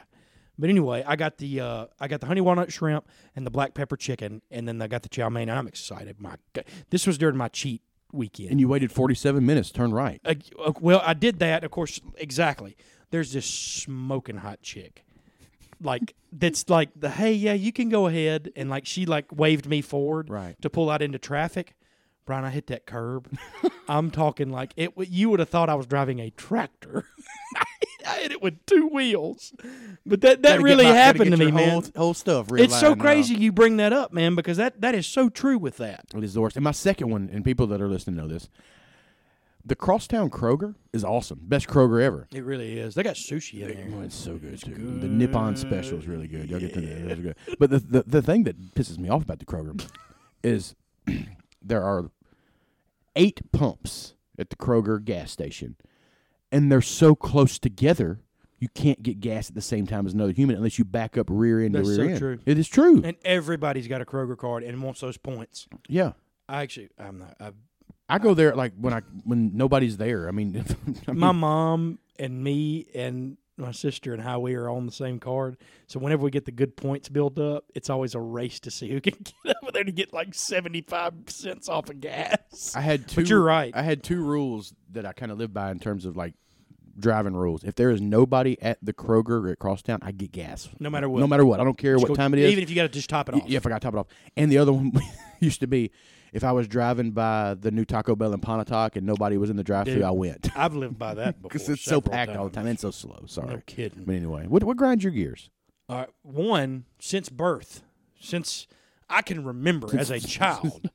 S3: But anyway, I got the uh, I got the honey walnut shrimp and the black pepper chicken, and then I got the chow mein. And I'm excited. My God. this was during my cheat weekend.
S2: And you waited 47 minutes. Turn right.
S3: Uh, uh, well, I did that, of course. Exactly. There's this smoking hot chick, like that's like the hey, yeah, you can go ahead, and like she like waved me forward,
S2: Right.
S3: to pull out into traffic. Brian, I hit that curb. I'm talking like it. w- You would have thought I was driving a tractor. I hit it with two wheels, but that that
S2: Gotta get
S3: really
S2: my- gotta
S3: happened to
S2: get
S3: me,
S2: your
S3: man.
S2: Whole, whole stuff.
S3: It's so
S2: realigned now.
S3: crazy you bring that up, man, because that that is so true with that.
S2: It is the worst. And my second one, and people that are listening know this, the Crosstown Kroger is awesome. Best Kroger ever.
S3: It really is. They got sushi in there.
S2: Oh, it's so good, too. The Nippon special is really good. Y'all get to that. Those are good. But the, the the thing that pisses me off about the Kroger is there are eight pumps at the Kroger gas station, and they're so close together. You can't get gas at the same time as another human unless you back up rear end
S3: That's
S2: to rear
S3: so
S2: end.
S3: true.
S2: It is true.
S3: And everybody's got a Kroger card and wants those points.
S2: yeah.
S3: I actually, I'm not. I,
S2: I go there like when I when nobody's there. I mean, I mean,
S3: my mom and me and my sister and Howie are on the same card. So whenever we get the good points built up, it's always a race to see who can get over there to get like 75 cents off of gas.
S2: I had two.
S3: But you're right.
S2: I had two rules that I kind of live by in terms of like driving rules. If there is nobody at the Kroger or at Crosstown, I get gas.
S3: No matter what.
S2: No matter what. I don't care
S3: Just
S2: what
S3: go-
S2: time it is.
S3: Even if you got to just top it
S2: Y-
S3: off.
S2: yeah, if I got top it off. And the other one used to be if I was driving by the new Taco Bell in Pontotoc and nobody was in the drive-through,
S3: Dude.
S2: I went
S3: I've lived by that before.
S2: because it's so
S3: several
S2: packed all the
S3: times.
S2: time and so slow. Sorry.
S3: No kidding.
S2: But anyway, what what grinds your gears?
S3: All right, one since birth, since I can remember as a child,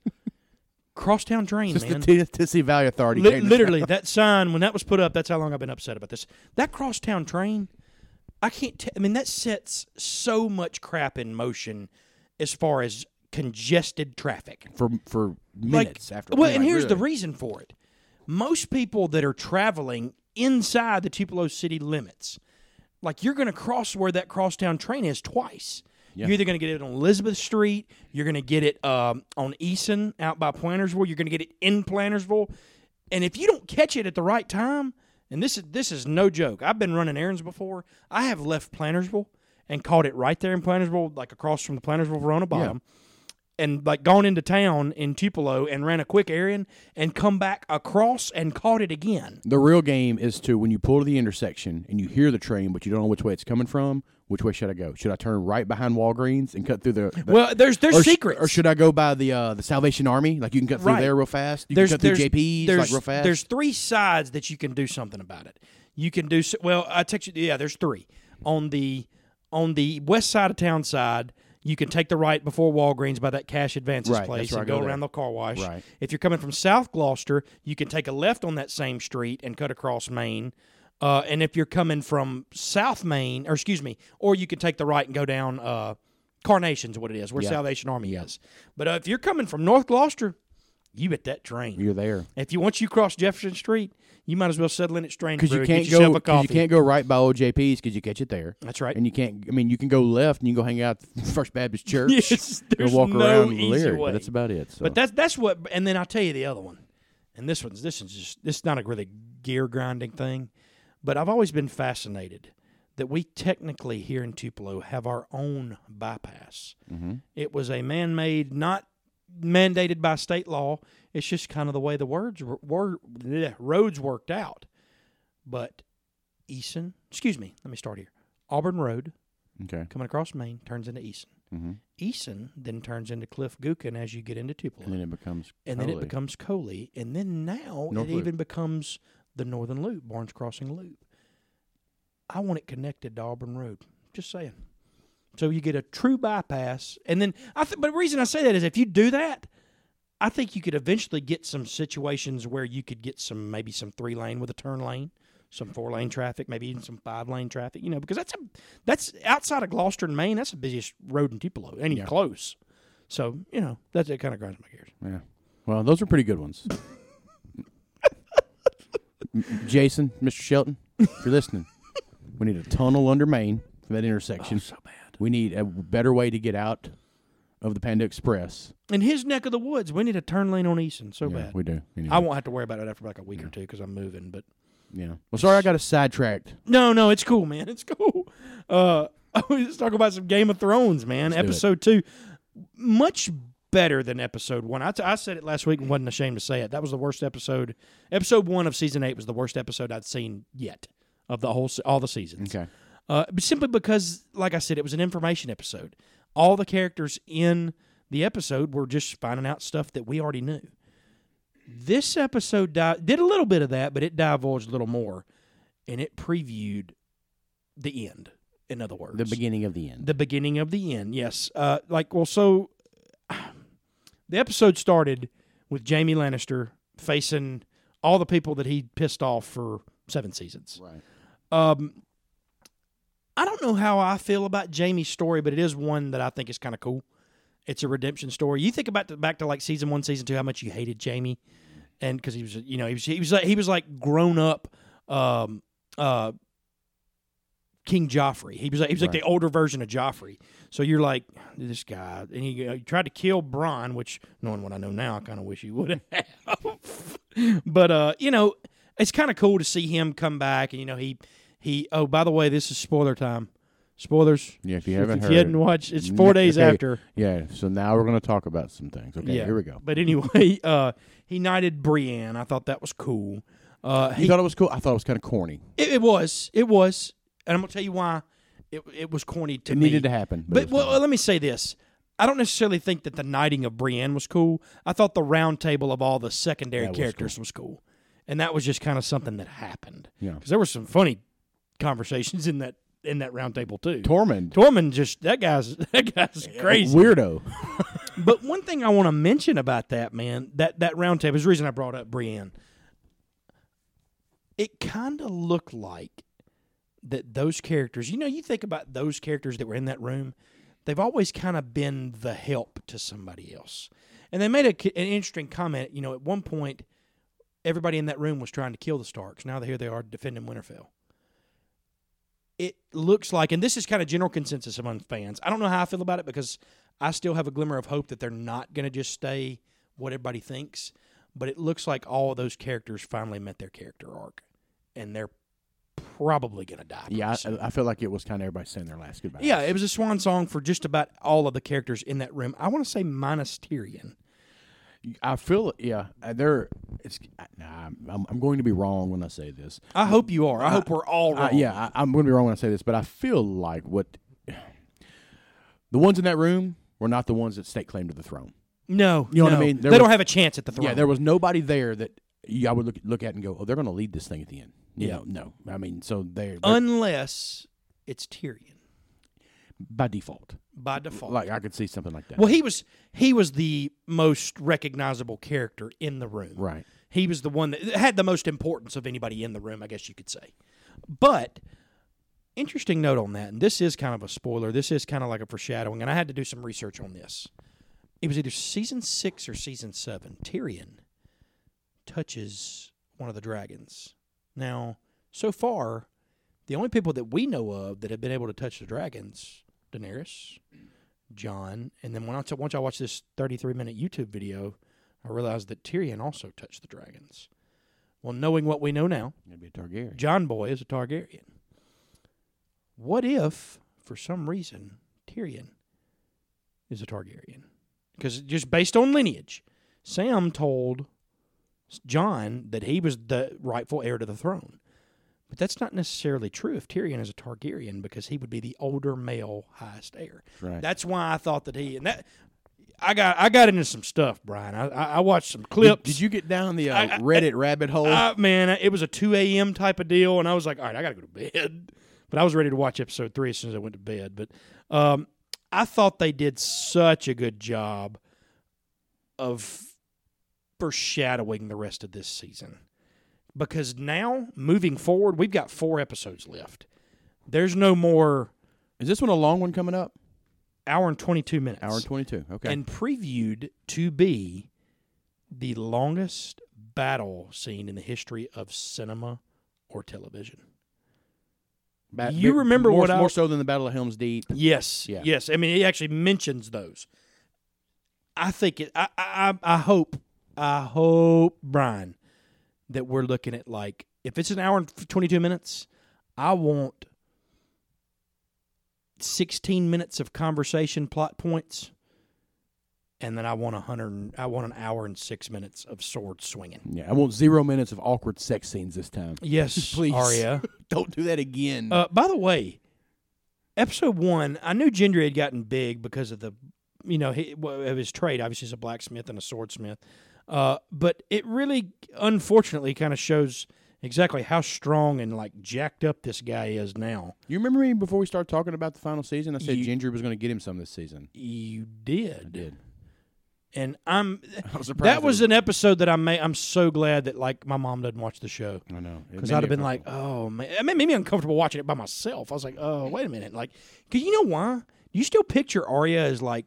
S3: Crosstown Drain,
S2: Just
S3: man.
S2: the T- Tennessee Valley Authority.
S3: Li-
S2: came to-
S3: literally, that sign when that was put up, that's how long I've been upset about this. That crosstown train, I can't. T- I mean, that sets so much crap in motion as far as congested traffic.
S2: for for minutes after.
S3: Well,
S2: like,
S3: and here's the
S2: really.
S3: reason for it: most people that are traveling inside the Tupelo city limits, like you're going to cross where that crosstown train is twice. You're either going to get it on Elizabeth Street, you're going to get it um, on Eason out by Plantersville, you're going to get it in Plantersville, and if you don't catch it at the right time, and this is this is no joke. I've been running errands before. I have left Plantersville and caught it right there in Plantersville, like across from the Plantersville Verona bottom and like gone into town in Tupelo and ran a quick errand and come back across and caught it again.
S2: The real game is to when you pull to the intersection and you hear the train, but you don't know which way it's coming from. Which way should I go? Should I turn right behind Walgreens and cut through the? the-
S3: Well, there's there's
S2: or sh-
S3: secrets.
S2: or should I go by the uh, the Salvation Army? Like you can cut through
S3: Right.
S2: there real fast. You
S3: there's
S2: can cut through
S3: there's,
S2: JP's
S3: there's,
S2: like real fast.
S3: there's three sides that you can do something about it. You can do s- well. I text you. Yeah, there's three on the on the west side of town side. You can take the right before Walgreens by that cash advances
S2: Right, that's
S3: place
S2: where
S3: and
S2: I
S3: go,
S2: go there.
S3: around the car wash.
S2: Right.
S3: If you're coming from South Gloucester, you can take a left on that same street and cut across Main. Uh, and if you're coming from South Main, or excuse me, or you can take the right and go down uh, Carnation's what it is, where Salvation Army is. But uh, if you're coming from North Gloucester, you at that train.
S2: You're there
S3: If you once you cross Jefferson Street, you might as well settle in at Strange
S2: because
S3: Brew
S2: you
S3: and
S2: can't
S3: get yourself
S2: go.
S3: a
S2: 'cause
S3: coffee.
S2: You can't go right by old JP's because you catch it there.
S3: That's right.
S2: And you can't. I mean, you can go left and you can go hang out at First Baptist Church.
S3: Yes,
S2: and
S3: there's
S2: walk
S3: no
S2: around
S3: easy
S2: Leary,
S3: way.
S2: But that's about it. So.
S3: But that's that's what. And then I'll tell you the other one. And this one's this is just this is not a really gear grinding thing, but I've always been fascinated that we technically here in Tupelo have our own bypass.
S2: Mm-hmm.
S3: It was a man-made, not mandated by state law. It's just kind of the way the words were, were bleh, roads worked out. But Eason, excuse me, let me start here. Auburn Road,
S2: okay.
S3: coming across Maine turns into Eason.
S2: Mm-hmm.
S3: Eason then turns into Cliff Gookin as you get into Tupelo,
S2: And then it becomes.
S3: and then it
S2: Coley.
S3: becomes Coley, and then now
S2: North
S3: it
S2: Loop.
S3: even becomes the Northern Loop, Barnes Crossing Loop. I want it connected to Auburn Road. Just saying. So you get a true bypass, and then I. Th- but the reason I say that is if you do that, I think you could eventually get some situations where you could get some maybe some three lane with a turn lane, some four lane traffic, maybe even some five lane traffic. You know, because that's a that's outside of Gloucester and Maine. That's the busiest road in Tupelo, ain't even close. So you know that's it. Kind of grinds my gears.
S2: Yeah. Well, those are pretty good ones. M- Jason, Mr. Shelton, if you're listening, we need a tunnel under Maine for that
S3: Oh,
S2: intersection. so bad. We need a better way to get out of the Panda Express.
S3: In his neck of the woods, we need a turn lane on Easton so bad.
S2: We do. Anyway.
S3: I won't have to worry about it after like a week or two because I'm moving. But
S2: yeah. Well, sorry, I got us sidetracked.
S3: no, no, it's cool, man. It's cool. Uh, Let's talk about some Game of Thrones, man.
S2: do it.
S3: episode two, much better than episode one. I, t- I said it last week and wasn't ashamed to say it. That was the worst episode. Episode one of season eight was the worst episode I'd seen yet of the whole se- all the seasons.
S2: Okay.
S3: Uh, but simply because, like I said, it was an information episode. All the characters in the episode were just finding out stuff that we already knew. This episode di- did a little bit of that, but it divulged a little more, and it previewed the end. In other words,
S2: The beginning of the end.
S3: the beginning of the end. Yes. Uh, like well, so the episode started with Jamie Lannister facing all the people that he pissed off for seven seasons.
S2: Right.
S3: Um, I don't know how I feel about Jamie's story, but it is one that I think is kind of cool. It's a redemption story. You think about the, back to like season one, season two, how much you hated Jamie, and because he was, you know, he was he was like he was like grown up, um, uh, King Joffrey. He was like he was like the older version of Joffrey. So you're like this guy, and he, uh, he tried to kill Bronn, which knowing what I know now, I kind of wish he would have. but uh, you know, it's kind of cool to see him come back, and you know he he. Oh, by the way, this is spoiler time. Spoilers.
S2: Yeah, if you haven't
S3: if
S2: heard
S3: you
S2: it.
S3: hadn't watched, it's four days
S2: Okay.
S3: after.
S2: Yeah, so now we're going to talk about some things. Okay, here we go.
S3: But anyway, uh, he knighted Brienne. I thought that was cool. Uh,
S2: You
S3: he,
S2: thought it was cool? I thought it was kind of corny.
S3: it, it was, it was, and I'm gonna tell you why. It, it was corny to
S2: It
S3: me.
S2: needed to happen. But,
S3: But well, let me say this. I don't necessarily think that the knighting of Brienne was cool. I thought the round table of all the secondary
S2: was
S3: characters was cool. And that was just kind of something that happened.
S2: Yeah.
S3: Because there were some funny conversations in that in that round table too.
S2: Tormund.
S3: Tormund just that guy's that guy's crazy.
S2: Weirdo.
S3: But one thing I want to mention about that, man, that that round table is the reason I brought up Brienne. It kind of looked like that those characters, you know, you think about those characters that were in that room, they've always kind of been the help to somebody else. And they made a, c- an interesting comment, you know, at one point everybody in that room was trying to kill the Starks. Now here they are defending Winterfell. It looks like, and this is kind of general consensus among fans. I don't know how I feel about it because I still have a glimmer of hope that they're not going to just stay what everybody thinks. But it looks like all of those characters finally met their character arc, and they're probably going to die. pretty
S2: Yeah,
S3: soon.
S2: I, I felt like it was kind of everybody saying their last goodbye.
S3: yeah. It was a swan song for just about all of the characters in that room. I want to say minus Tyrion.
S2: I feel. Yeah, uh, there. It's. I- Nah, I'm, I'm going to be wrong when I say this.
S3: I hope you are. I hope we're all wrong.
S2: I- Uh, yeah, I, I'm going to be wrong when I say this, but I feel like what the ones in that room were not the ones that stake claim to the throne.
S3: No,
S2: You know what I
S3: no.
S2: mean?
S3: They
S2: There was-
S3: don't have a chance at the throne.
S2: Yeah, there was nobody there that you, I would look look at and go, "Oh, they're going to lead this thing at the end." You
S3: Yeah.
S2: know, no. I mean, so they're, they're
S3: unless it's Tyrion
S2: by default.
S3: by default.
S2: Like I could see something like that.
S3: well, he was he was the most recognizable character in the room.
S2: Right.
S3: He was the one that had the most importance of anybody in the room, I guess you could say. But interesting note on that, and this is kind of a spoiler. This is kind of like a foreshadowing, and I had to do some research on this. It was either season six or season seven. Tyrion touches one of the dragons. Now, so far, the only people that we know of that have been able to touch the dragons, Daenerys, John, and then when I t- once I watched this 33 minute YouTube video, I realized that Tyrion also touched the dragons. Well, knowing what we know now,
S2: It'd be a Targaryen.
S3: John Boy is a Targaryen. What if, for some reason, Tyrion is a Targaryen? Because just based on lineage, Sam told John that he was the rightful heir to the throne. But that's not necessarily true if Tyrion is a Targaryen because he would be the older male highest heir.
S2: Right.
S3: That's why I thought that he and that I got I got into some stuff, Brian. I I, I watched some clips.
S2: Did, did you get down the uh,
S3: I- I-
S2: Reddit rabbit hole?
S3: Uh, man, it was a 2 a.m. type of deal, and I was like, all right, I got to go to bed. But I was ready to watch episode three as soon as I went to bed. But um, I thought they did such a good job of foreshadowing the rest of this season. Because now, moving forward, we've got four episodes left. There's no more
S2: Is this one a long one coming up?
S3: hour and 22 minutes.
S2: Hour and twenty two. Okay.
S3: and previewed to be the longest battle scene in the history of cinema or television.
S2: Ba-
S3: you
S2: bi-
S3: remember
S2: more,
S3: what I-
S2: more so than the Battle of Helm's Deep.
S3: Yes,
S2: Yeah.
S3: yes. I mean, he actually mentions those. I think it. I, I I I hope. I hope Brian that we're looking at like if it's an hour and twenty two minutes, I want 16 minutes of conversation plot points, and then I want a hundred. and- I want an hour and six minutes of sword swinging.
S2: Yeah, I want zero minutes of awkward sex scenes this time.
S3: Yes,
S2: Please.
S3: Aria.
S2: Don't do that again.
S3: Uh, by the way, episode one, I knew Gendry had gotten big because of the, you know, he, well, of his trade. Obviously, he's a blacksmith and a swordsmith. Uh, but it really, unfortunately, kind of shows exactly how strong and like jacked up this guy is now.
S2: you remember me before we started talking about the final season? I said Ginger was going to get him some this season.
S3: You did,
S2: did.
S3: and I'm.
S2: I'm surprised.
S3: That was an episode that I made. I'm so glad that like my mom doesn't watch the show.
S2: I know. It
S3: Because
S2: made
S3: I'd
S2: me
S3: have been like, oh man, it made made me uncomfortable watching it by myself. I was like, oh wait a minute, like, cause you know why? Do you still picture Arya as like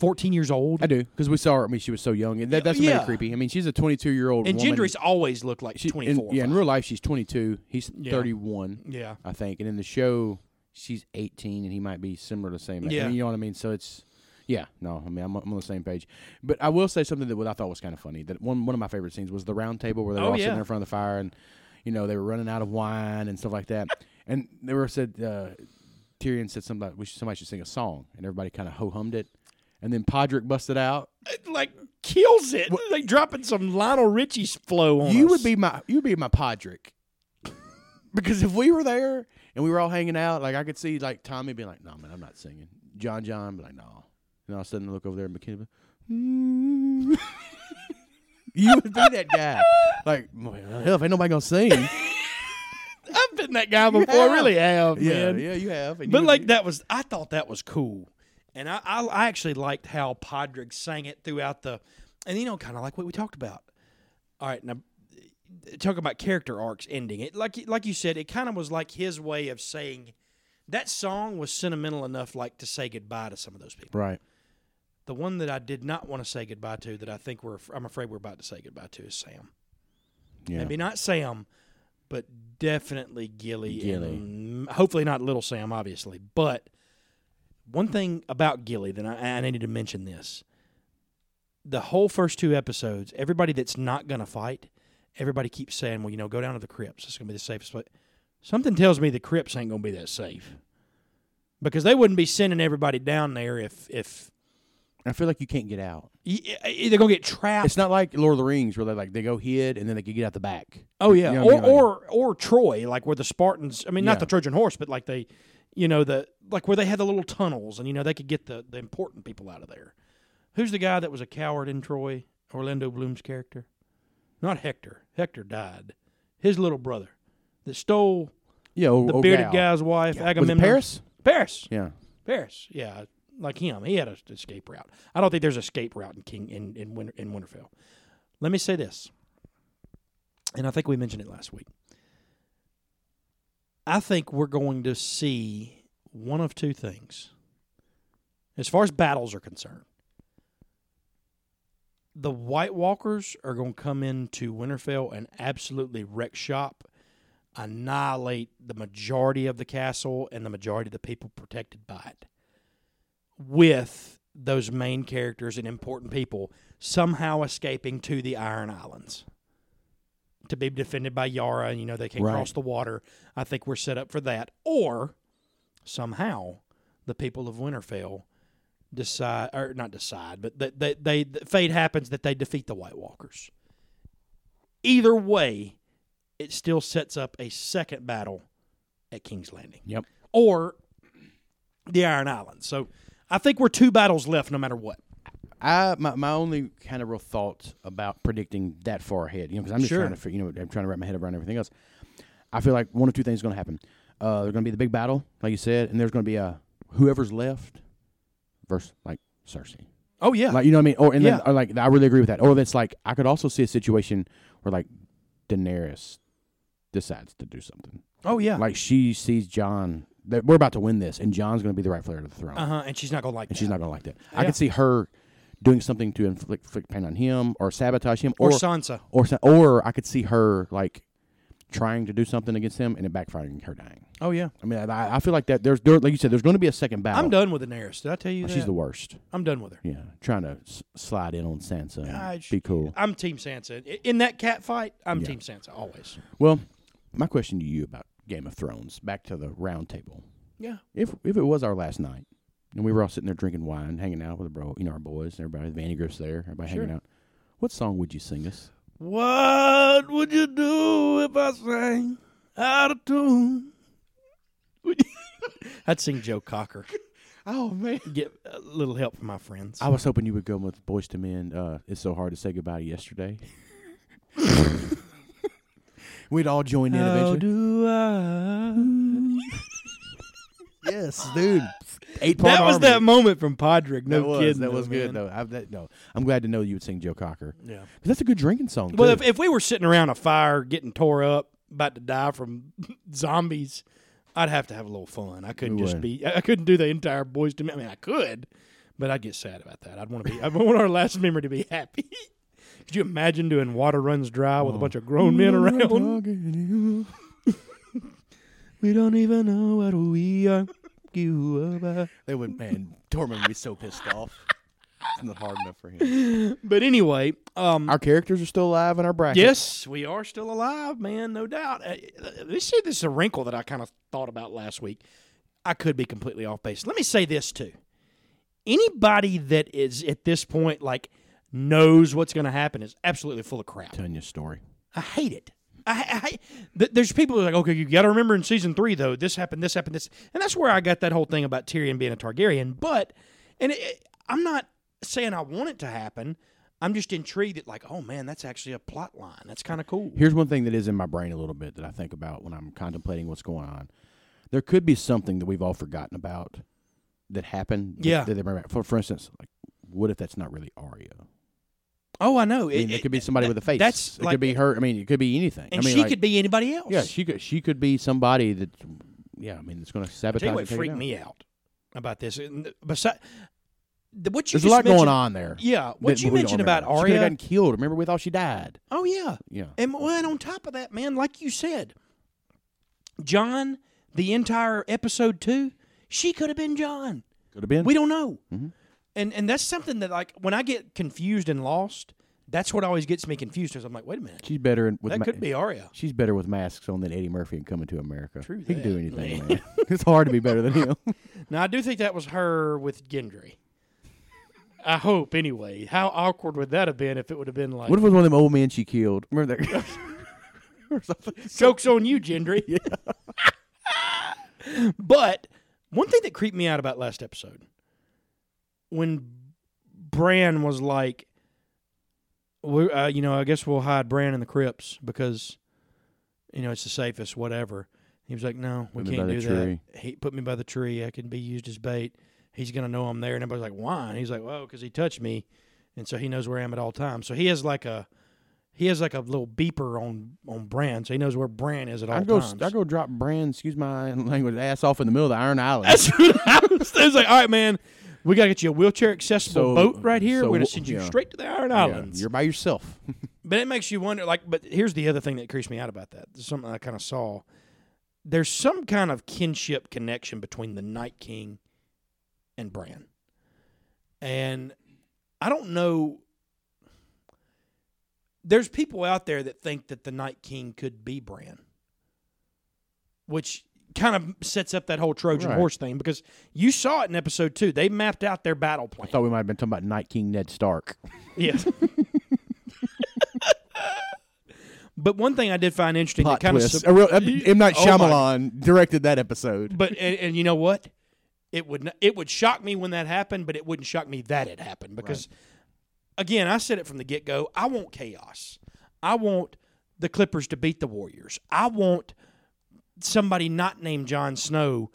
S3: 14 years old?
S2: I do because we saw her. I mean, she was so young, and that, that's what made
S3: Yeah.
S2: it creepy. I mean, she's a 22 year old
S3: and
S2: woman.
S3: Gendry's always looked like
S2: She- in-
S3: 24.
S2: yeah, in real life, she's 22. He's
S3: Yeah.
S2: 31,
S3: yeah,
S2: I think, and in the show, she's 18, and he might be similar to the same. Age. I
S3: Yeah.
S2: mean, you know what I mean. So it's. Yeah, no, I mean I'm, I'm on the same page, but I will say something that what I thought was kind of funny. That one one of my favorite scenes was the round table where they were
S3: Oh,
S2: all sitting
S3: yeah.
S2: in front of the fire, and you know they were running out of wine and stuff like that. and they were said uh, Tyrion said something like we should, somebody should sing a song, and everybody kind of ho hummed it, and then Podrick busted out,
S3: It, like kills it. Like dropping some Lionel Richie's flow on
S2: You
S3: us.
S2: would be my you would be my Podrick. because if we were there and we were all hanging out, like I could see like Tommy being like, "No man, I'm not singing." John John be like, "No," and all of a sudden I look over there and McKinney. Mm. you would be that guy. Like, well, hell, if ain't nobody gonna sing.
S3: I've been that guy before. I really have.
S2: yeah,
S3: man.
S2: yeah, you have. and you
S3: But
S2: would
S3: like
S2: be-
S3: that was, I thought that was cool, and I, I, I actually liked how Podrick sang it throughout the, and you know, kind of like what we talked about. All right, now talking about character arcs ending, it like like you said, it kind of was like his way of saying that song was sentimental enough, like to say goodbye to some of those people.
S2: right.
S3: The one that I did not want to say goodbye to, that I think we're, af- I'm afraid we're about to say goodbye to, is Sam.
S2: Yeah.
S3: Maybe not Sam, but definitely Gilly.
S2: Gilly.
S3: and hopefully not Little Sam, obviously. But one thing about Gilly that I, I needed to mention this: the whole first two episodes, everybody that's not going to fight, everybody keeps saying, "Well, you know, go down to the crypts. It's going to be the safest place." Something tells me the crypts ain't going to be that safe because they wouldn't be sending everybody down there if if
S2: I feel like you can't get out.
S3: y- y- they're going to get trapped.
S2: It's not like Lord of the Rings where they like they go hid and then they could get out the back.
S3: Oh yeah,
S2: You know
S3: or
S2: what I mean? Like-
S3: or or Troy, like where the Spartans. I mean,
S2: Yeah.
S3: not the Trojan horse, but like they, you know, the like where they had the little tunnels, and you know they could get the the important people out of there. Who's the guy that was a coward in Troy? Orlando Bloom's character, not Hector. Hector died. His little brother that stole
S2: Yeah, o-
S3: the
S2: o-
S3: bearded
S2: gal.
S3: guy's wife,
S2: Was
S3: Agamemnon.
S2: it Paris?
S3: Paris,
S2: Yeah.
S3: Paris. Yeah, like him. He had an escape route. I don't think there's an escape route in King in in, Winter, in Winterfell. Let me say this, and I think we mentioned it last week. I think we're going to see one of two things, as far as battles are concerned. The White Walkers are going to come into Winterfell and absolutely wreck shop annihilate the majority of the castle and the majority of the people protected by it with those main characters and important people somehow escaping to the iron islands to be defended by yara and you know they can
S2: Right.
S3: cross the water i think we're set up for that or somehow the people of winterfell decide or not decide but that they, they, fate happens that they defeat the white walkers either way it still sets up a second battle at king's landing
S2: Yep.
S3: or the Iron Islands. So I think we're two battles left, no matter what.
S2: I my, my only kind of real thought about predicting that far ahead, you know, because I'm just
S3: Sure.
S2: trying to, fi- you know, I'm trying to wrap my head around everything else. I feel like one of two things is going to happen. Uh, there's going to be the big battle, like you said, and there's going to be a whoever's left versus like Cersei,
S3: Oh yeah,
S2: like you know what I mean. Or and then
S3: Yeah.
S2: or, like I really agree with that. Or that's like I could also see a situation where like Daenerys decides to do something,
S3: oh yeah.
S2: like she sees John that we're about to win this, and John's going to be the rightful heir to the throne
S3: uh huh. And she's not gonna like.
S2: and she's
S3: that.
S2: not gonna like that. I
S3: Yeah.
S2: could see her doing something to inflict, inflict pain on him or sabotage him, or
S3: Or
S2: or,
S3: Sansa.
S2: or sa- or I could see her like trying to do something against him and it backfiring and her dying.
S3: Oh yeah.
S2: I mean, I, I feel like that. There's there, like you said, there's going to be a second battle.
S3: I'm done with Daenerys. Did I tell you that?
S2: She's the worst.
S3: I'm done with her.
S2: Yeah, trying to s- slide in on Sansa. And
S3: I-
S2: be cool.
S3: I'm Team Sansa. I- In that cat fight, I'm Team Sansa always.
S2: Well, my question to you about Game of Thrones, back to the round table.
S3: Yeah.
S2: If if it was our last night, and we were all sitting there drinking wine, hanging out with the bro, you know, our boys, everybody, Vanny Griff's there, everybody hanging
S3: Sure.
S2: out. What song would you sing us?
S3: What would you do if I sang out of tune? Would you- I'd sing Joe Cocker.
S2: Oh man.
S3: Get a little help from my friends.
S2: I was hoping you would go with Boys to Men. Uh, it's so hard to say goodbye yesterday. We'd all join in
S3: How
S2: eventually.
S3: do
S2: Mm.
S3: I?
S2: Yes, dude. Eight part
S3: That was that moment from Podrick. No
S2: that was,
S3: kidding.
S2: That was
S3: though,
S2: good
S3: man.
S2: though. I, that, no, I'm glad to know you would sing Joe Cocker.
S3: Yeah.
S2: 'Cause that's a good drinking song.
S3: Well,
S2: too.
S3: if, if we were sitting around a fire getting tore up, about to die from zombies, I'd have to have a little fun. I couldn't
S2: We
S3: just
S2: would.
S3: be. I I couldn't do the entire boys to me. I mean, I could, but I'd get sad about that. I'd want to be. I want our last memory to be happy. Could you imagine doing "Water Runs Dry"
S2: Oh.
S3: with a bunch of grown men around? We don't even know what we are. You about.
S2: They would, man. Tormund would be so pissed off. It's not hard enough for him.
S3: But anyway, um,
S2: Our characters are still alive in our bracket.
S3: Yes, we are still alive, man, no doubt. Uh, This this is a wrinkle that I kind of thought about last week. I could be completely off base. Let me say this too: anybody that is at this point like knows what's going to happen is absolutely full of crap.
S2: Telling you a story.
S3: I hate it. I, I th- there's people who are like, okay, you got to remember in season three though, this happened, this happened, this, and that's where I got that whole thing about Tyrion being a Targaryen. But, and it, it- I'm not saying I want it to happen. I'm just intrigued that like, oh man, that's actually a plot line. That's kind of cool.
S2: Here's one thing that is in my brain a little bit that I think about when I'm contemplating what's going on. There could be something that we've all forgotten about that happened. that-
S3: Yeah.
S2: That they remember. For, for instance, like, what if that's not really Arya?
S3: Oh, I know.
S2: I mean, it, could be somebody with a face.
S3: That's
S2: it
S3: like,
S2: could be her. I mean, it could be anything.
S3: and
S2: I mean,
S3: she
S2: like,
S3: could be anybody else.
S2: Yeah, she could. She could be somebody that. Yeah, I mean, it's going to sabotage.
S3: Tell you
S2: and
S3: what
S2: take it
S3: freaked
S2: down.
S3: me out about this. And besides, the, what you
S2: There's a
S3: just
S2: lot going
S3: mentioned-
S2: on there.
S3: Yeah, what
S2: that
S3: you
S2: we don't
S3: mentioned
S2: remember.
S3: about
S2: She could
S3: Arya.
S2: have gotten killed. Remember, we thought she died.
S3: oh yeah,
S2: Yeah.
S3: And well, and on top of that, man, like you said, John, the entire episode two, she could have been John.
S2: Could have been.
S3: We don't know. And and that's something that like when I get confused and lost, that's what always gets me confused because I'm like, wait a minute,
S2: She's better in- with
S3: that
S2: ma-
S3: could be Arya.
S2: She's better with masks on than Eddie Murphy and Coming to America.
S3: True
S2: he can do
S3: that,
S2: anything.
S3: man.
S2: Man. it's hard to be better than him.
S3: Now I do think that was her with Gendry. I hope anyway. How awkward would that have been if it would have been like
S2: what if it was one of them old men she killed? Remember that?
S3: Joke's on you, Gendry. but one thing that creeped me out about last episode when Bran was like, we, uh, you know, I guess we'll hide Bran in the crypts because, you know, it's the safest, whatever. He was like, no, we
S2: Put me
S3: can't
S2: by
S3: do
S2: the
S3: that.
S2: tree.
S3: He put me by the tree. I can be used as bait. He's going to know I'm there. And everybody's like, why? And he's like, well, because he touched me. And so he knows where I am at all times. So he has like a. He has like a little beeper on on Bran, so he knows where Bran is at all
S2: I go.
S3: times.
S2: I go drop Brand. Excuse my language. Ass off in the middle of the Iron Island.
S3: That's what I was. I was like, all right, man, we gotta get you a wheelchair accessible
S2: So-
S3: boat right here.
S2: so
S3: We're gonna
S2: wh-
S3: send you
S2: yeah.
S3: straight to the Iron
S2: Yeah,
S3: Islands.
S2: you're by yourself.
S3: but it makes you wonder. Like, but here's the other thing that creeps me out about that. This is something I kind of saw. There's some kind of kinship connection between the Night King and Bran, and I don't know. There's people out there that think that the Night King could be Bran, which kind of sets up that whole Trojan
S2: Right.
S3: horse thing because you saw it in episode two. They mapped out their battle plan.
S2: I thought we might have been talking about Night King Ned Stark.
S3: Yes. but one thing I did find interesting
S2: Plot
S3: that kind
S2: twist.
S3: of
S2: A real- uh, M Night
S3: Oh my-
S2: Shyamalan directed that episode.
S3: but and, and you know what? It would not, it would shock me when that happened, but it wouldn't shock me that it happened because again, I said it from the get-go, I want chaos. I want the Clippers to beat the Warriors. I want somebody not named Jon Snow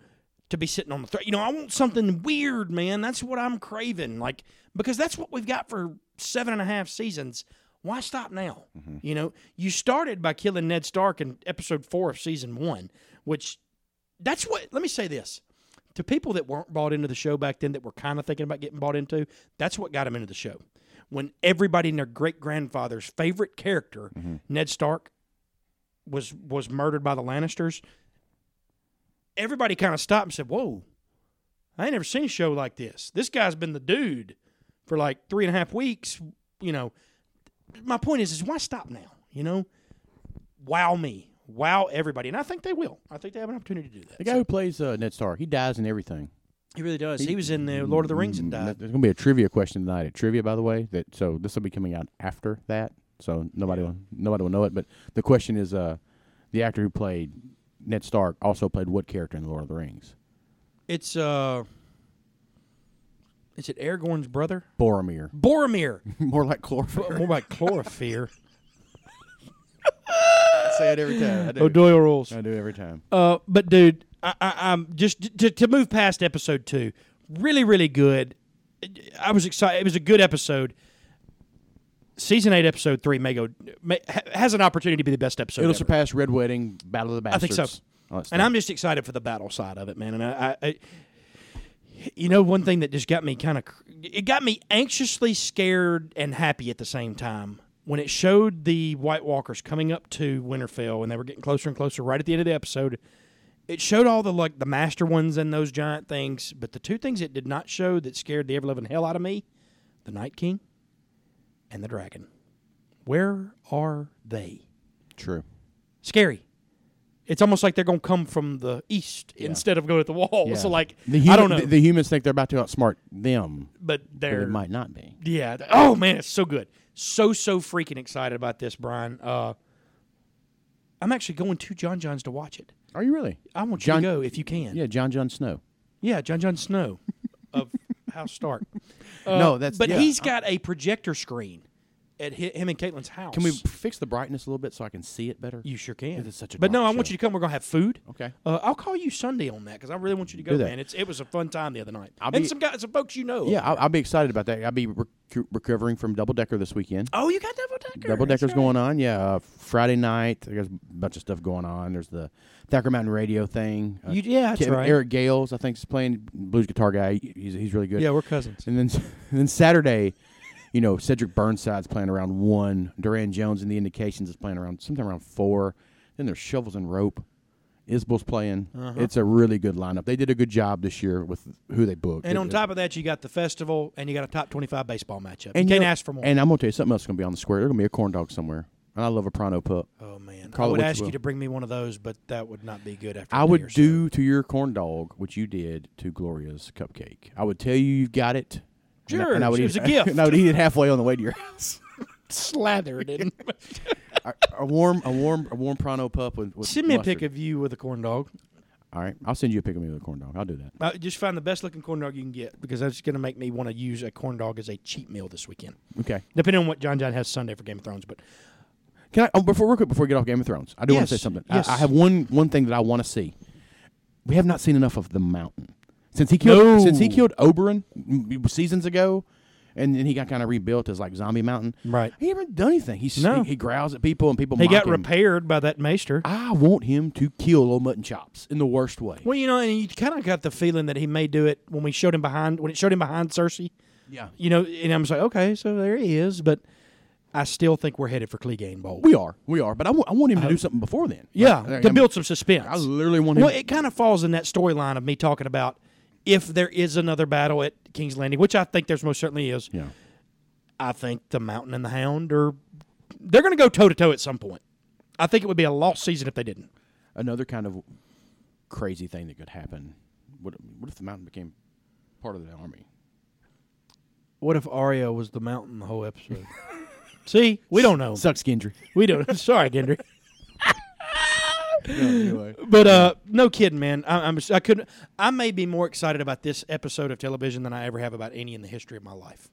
S3: to be sitting on the throne. You know, I want something weird, man. That's what I'm craving. Like, because that's what we've got for seven and a half seasons. Why stop now? You know, you started by killing Ned Stark in episode four of season one, which that's what, let me say this. To people that weren't bought into the show back then, that were kind of thinking about getting bought into, that's what got them into the show. When everybody and their great grandfather's favorite character, Ned Stark, was was murdered by the Lannisters, everybody kind of stopped and said, "Whoa, I ain't never seen a show like this. This guy's been the dude for like three and a half weeks." You know, my point is, is why stop now? You know, wow me, wow everybody. And I think they will. I think they have an opportunity to do that.
S2: The guy who plays uh, Ned Stark, he dies in everything.
S3: he really does. He, was in the Lord of the Rings
S2: Mm,
S3: and died.
S2: There's gonna be a trivia question tonight at trivia, by the way. That so this will be coming out after that, so nobody will nobody will know it. But the question is, uh, the actor who played Ned Stark also played what character in the Lord of the Rings?
S3: It's uh, is it Aragorn's brother
S2: Boromir,
S3: Boromir? Oh,
S2: more like Chloroform.
S3: More like Chlorophyr.
S2: I say it every time. I Oh, do. Oh,
S3: O'Doyle rules.
S2: I do every time.
S3: Uh, but dude, I, I, I'm just to, to move past episode two. Really, really good. I was excited. It was a good episode. Season eight, episode three, may go may, ha- has an opportunity to be the best episode.
S2: It'll
S3: ever.
S2: surpass Red Wedding, Battle of the
S3: I think
S2: Bastards.
S3: so.
S2: all that
S3: And
S2: stuff.
S3: I'm just excited for the battle side of it, man. And I, I, I you know, one thing that just got me kind of, it got me anxiously scared and happy at the same time when it showed the White Walkers coming up to Winterfell and they were getting closer and closer. Right at the end of the episode, it showed all the like the master ones and those giant things. But the two things it did not show that scared the ever loving hell out of me, the Night King, and the dragon. Where are they?
S2: true.
S3: scary. It's almost like they're gonna come from the east instead of go at the wall.
S2: Yeah.
S3: So like
S2: the human,
S3: I don't know,
S2: The, the humans think they're about to outsmart them,
S3: but
S2: but
S3: they're
S2: it might not be.
S3: yeah. th- Oh man, it's so good. So so freaking excited about this, Brian. Uh, I'm actually going to John John's to watch it.
S2: Are you really?
S3: I want you
S2: John-
S3: to go if you can.
S2: Yeah, John John Snow.
S3: Yeah, John John Snow of House Stark.
S2: no, that's
S3: But
S2: yeah.
S3: he's got a projector screen at hi- him and Caitlin's house.
S2: Can we fix the brightness a little bit so I can see it better?
S3: You sure can.
S2: It's such a
S3: but no,
S2: dark
S3: I want
S2: show.
S3: you to come. We're gonna have food.
S2: Okay.
S3: Uh, I'll call you Sunday on that because I really want you to go,
S2: that.
S3: man. It's it was a fun time the other night.
S2: I'll
S3: and
S2: be-
S3: some guys, some folks you know.
S2: Yeah, I'll, I'll be excited about that. I'll be rec- recovering from Double Decker this weekend.
S3: Oh, you got double decker.
S2: Double
S3: That's
S2: Decker's
S3: right.
S2: going on. Yeah, uh, Friday night. There's a bunch of stuff going on. There's the Thacker Mountain Radio thing. Uh,
S3: You- yeah, that's
S2: Kevin-
S3: right.
S2: Eric Gales, I think, is playing blues guitar guy. He's, he's really good.
S3: Yeah, we're cousins.
S2: And then and then Saturday, you know, Cedric Burnside's playing around one. Duran Jones and the Indications is playing around something around four. Then there's Shovels and Rope. Isbel's playing.
S3: Uh-huh.
S2: It's a really good lineup. They did a good job this year with who they booked.
S3: And
S2: It-
S3: on
S2: it-
S3: top of that, you got the festival and you got a top twenty-five baseball matchup. you
S2: you
S3: can't
S2: know-
S3: ask for more.
S2: And I'm gonna tell you something else is gonna be on the square. There's gonna be a corn dog somewhere. And I love a Prono pup.
S3: oh man, I
S2: Call it
S3: would
S2: what you
S3: ask you
S2: will.
S3: to bring me one of those, but that would not be good. After a
S2: I
S3: day
S2: would
S3: or so.
S2: do to your corn dog what you did to Gloria's cupcake. I would tell you you've got it. and I-
S3: Sure,
S2: and I would
S3: it
S2: eat
S3: was a gift.
S2: And I would eat it halfway on the way to your house.
S3: slathered. In.
S2: a, a warm, a warm, a warm Prono pup with, with
S3: Send me a
S2: mustard.
S3: pic of you with a corn dog.
S2: All right, I'll send you a pic of me with a corn dog. I'll do that.
S3: Uh, just find the best looking corn dog you can get because that's going to make me want to use a corn dog as a cheat meal this weekend.
S2: Okay.
S3: Depending on what John John has Sunday for Game of Thrones, but
S2: Can I oh, before real quick before we get off Game of Thrones? I do want to
S3: Yes,
S2: say something.
S3: yes.
S2: I, I have one one thing that I want to see. We have not seen enough of the Mountain since he killed
S3: No.
S2: since he killed Oberon mm, seasons ago, and then he got kind of rebuilt as like Zombie Mountain.
S3: Right.
S2: He haven't done anything. He's,
S3: No.
S2: he, he growls at people and people.
S3: he
S2: mock
S3: got
S2: him.
S3: repaired by that maester.
S2: I want him to kill old Mutton Chops in the worst way.
S3: Well, you know, and you kind of got the feeling that he may do it when we showed him behind when it showed him behind Cersei.
S2: Yeah.
S3: You know, and I'm just like, okay, so there he is, but I still think we're headed for Clegane Bowl.
S2: We are, we are, but I wa- I want him to do something before then.
S3: yeah,
S2: Like, I-
S3: to
S2: I-
S3: build some suspense.
S2: I literally want him.
S3: Well, it kind of falls in that storyline of me talking about if there is another battle at King's Landing, which I think there's most certainly is.
S2: yeah.
S3: I think the Mountain and the Hound are they're going to go toe to toe at some point. I think it would be a lost season if they didn't.
S2: another kind of crazy thing that could happen. What, what if the mountain became part of the army?
S3: What if Arya was the Mountain the whole episode? See, we don't know.
S2: Sucks, Gendry.
S3: We don't. Sorry, Gendry.
S2: anyway.
S3: But uh, no kidding, man. I, I'm. I could. I may be more excited about this episode of television than I ever have about any in the history of my life.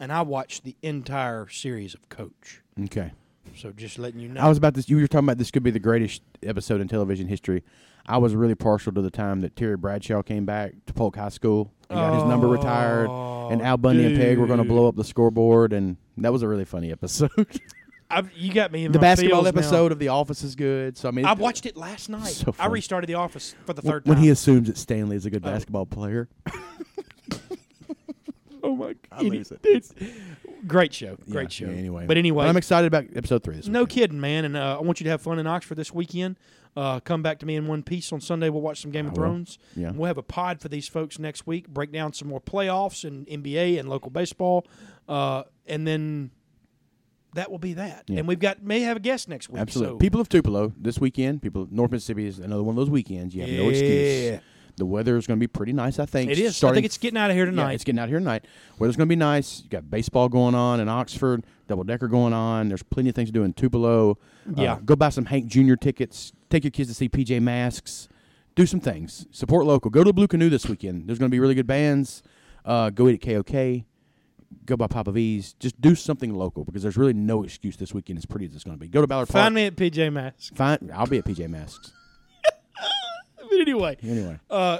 S3: And I watched the entire series of Coach.
S2: Okay.
S3: So just letting you know.
S2: I was about this. You were talking about this could be the greatest episode in television history. I was really partial to the time that Terry Bradshaw came back to Polk High School and got his number retired, and Al Bundy and Peg were going to blow up the scoreboard, and that was a really funny episode.
S3: I, you got me in
S2: the
S3: my
S2: basketball
S3: feels now.
S2: episode of The Office is good. So I mean,
S3: I watched it last night.
S2: So
S3: I
S2: funny.
S3: restarted The Office for the
S2: when,
S3: third time.
S2: when he assumes that Stanley is a good basketball player.
S3: oh my
S2: I lose it.
S3: Great show,
S2: Yeah,
S3: great show.
S2: yeah, anyway,
S3: but anyway,
S2: I'm excited about episode three. This
S3: No
S2: weekend.
S3: kidding, man. And uh, I want you to have fun in Oxford this weekend. Uh, come back to me in one piece on Sunday. We'll watch some Game of
S2: will.
S3: Thrones.
S2: Yeah.
S3: We'll have a pod for these folks next week. Break down some more playoffs and NBA and local baseball, uh, and then that will be that. And we've got may have a guest next week.
S2: Absolutely.
S3: so-
S2: people of Tupelo this weekend. People of North Mississippi is another one of those weekends. You have
S3: Yeah.
S2: no excuse. The weather is going to be pretty nice, I think.
S3: it is. I
S2: Starting
S3: think it's getting out of here
S2: Yeah,
S3: tonight.
S2: it's getting out here tonight. Weather's going to be nice. You got baseball going on in Oxford, double decker going on. There's plenty of things to do in Tupelo. Uh,
S3: Yeah.
S2: go buy some Hank Jr. tickets. Take your kids to see PJ Masks. Do some things. Support local. Go to Blue Canoe this weekend. There's going to be really good bands. Uh, go eat at KOK. Go by Papa V's. Just do something local because there's really no excuse this weekend, as pretty as it's going to be. Go to Ballard Park.
S3: Find me at PJ Masks.
S2: Find, I'll be at PJ Masks.
S3: But anyway,
S2: Anyway.
S3: uh,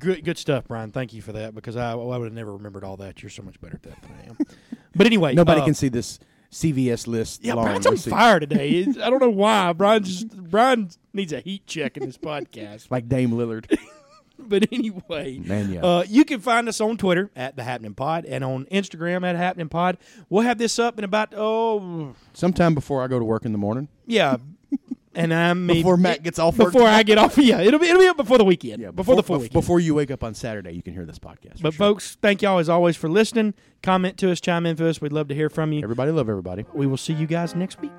S3: good good stuff, Brian. Thank you for that because I, I would have never remembered all that. You're so much better at that than I am. But anyway,
S2: Nobody
S3: uh,
S2: can see this CVS list.
S3: Yeah,
S2: long.
S3: Brian's
S2: We'll
S3: on
S2: see.
S3: fire today. It's- I don't know why. Brian just Brian needs a heat check in this podcast.
S2: Like Dame Lillard.
S3: But anyway,
S2: Man, yeah.
S3: uh, you can find us on Twitter at the Happening Pod and on Instagram at Happening Pod. We'll have this up in about oh
S2: Sometime before I go to work in the morning.
S3: yeah, and I mean
S5: Before Matt gets off work
S3: before I get off. Yeah, it'll be it'll be up before the weekend. Yeah, before, the full
S2: bef-
S3: weekend.
S2: Before you wake up on Saturday, you can hear this podcast. for
S3: but
S2: sure.
S3: folks, thank y'all as always for listening. Comment to us, chime in to us. We'd love to hear from you.
S2: everybody love everybody.
S3: We will see you guys next week.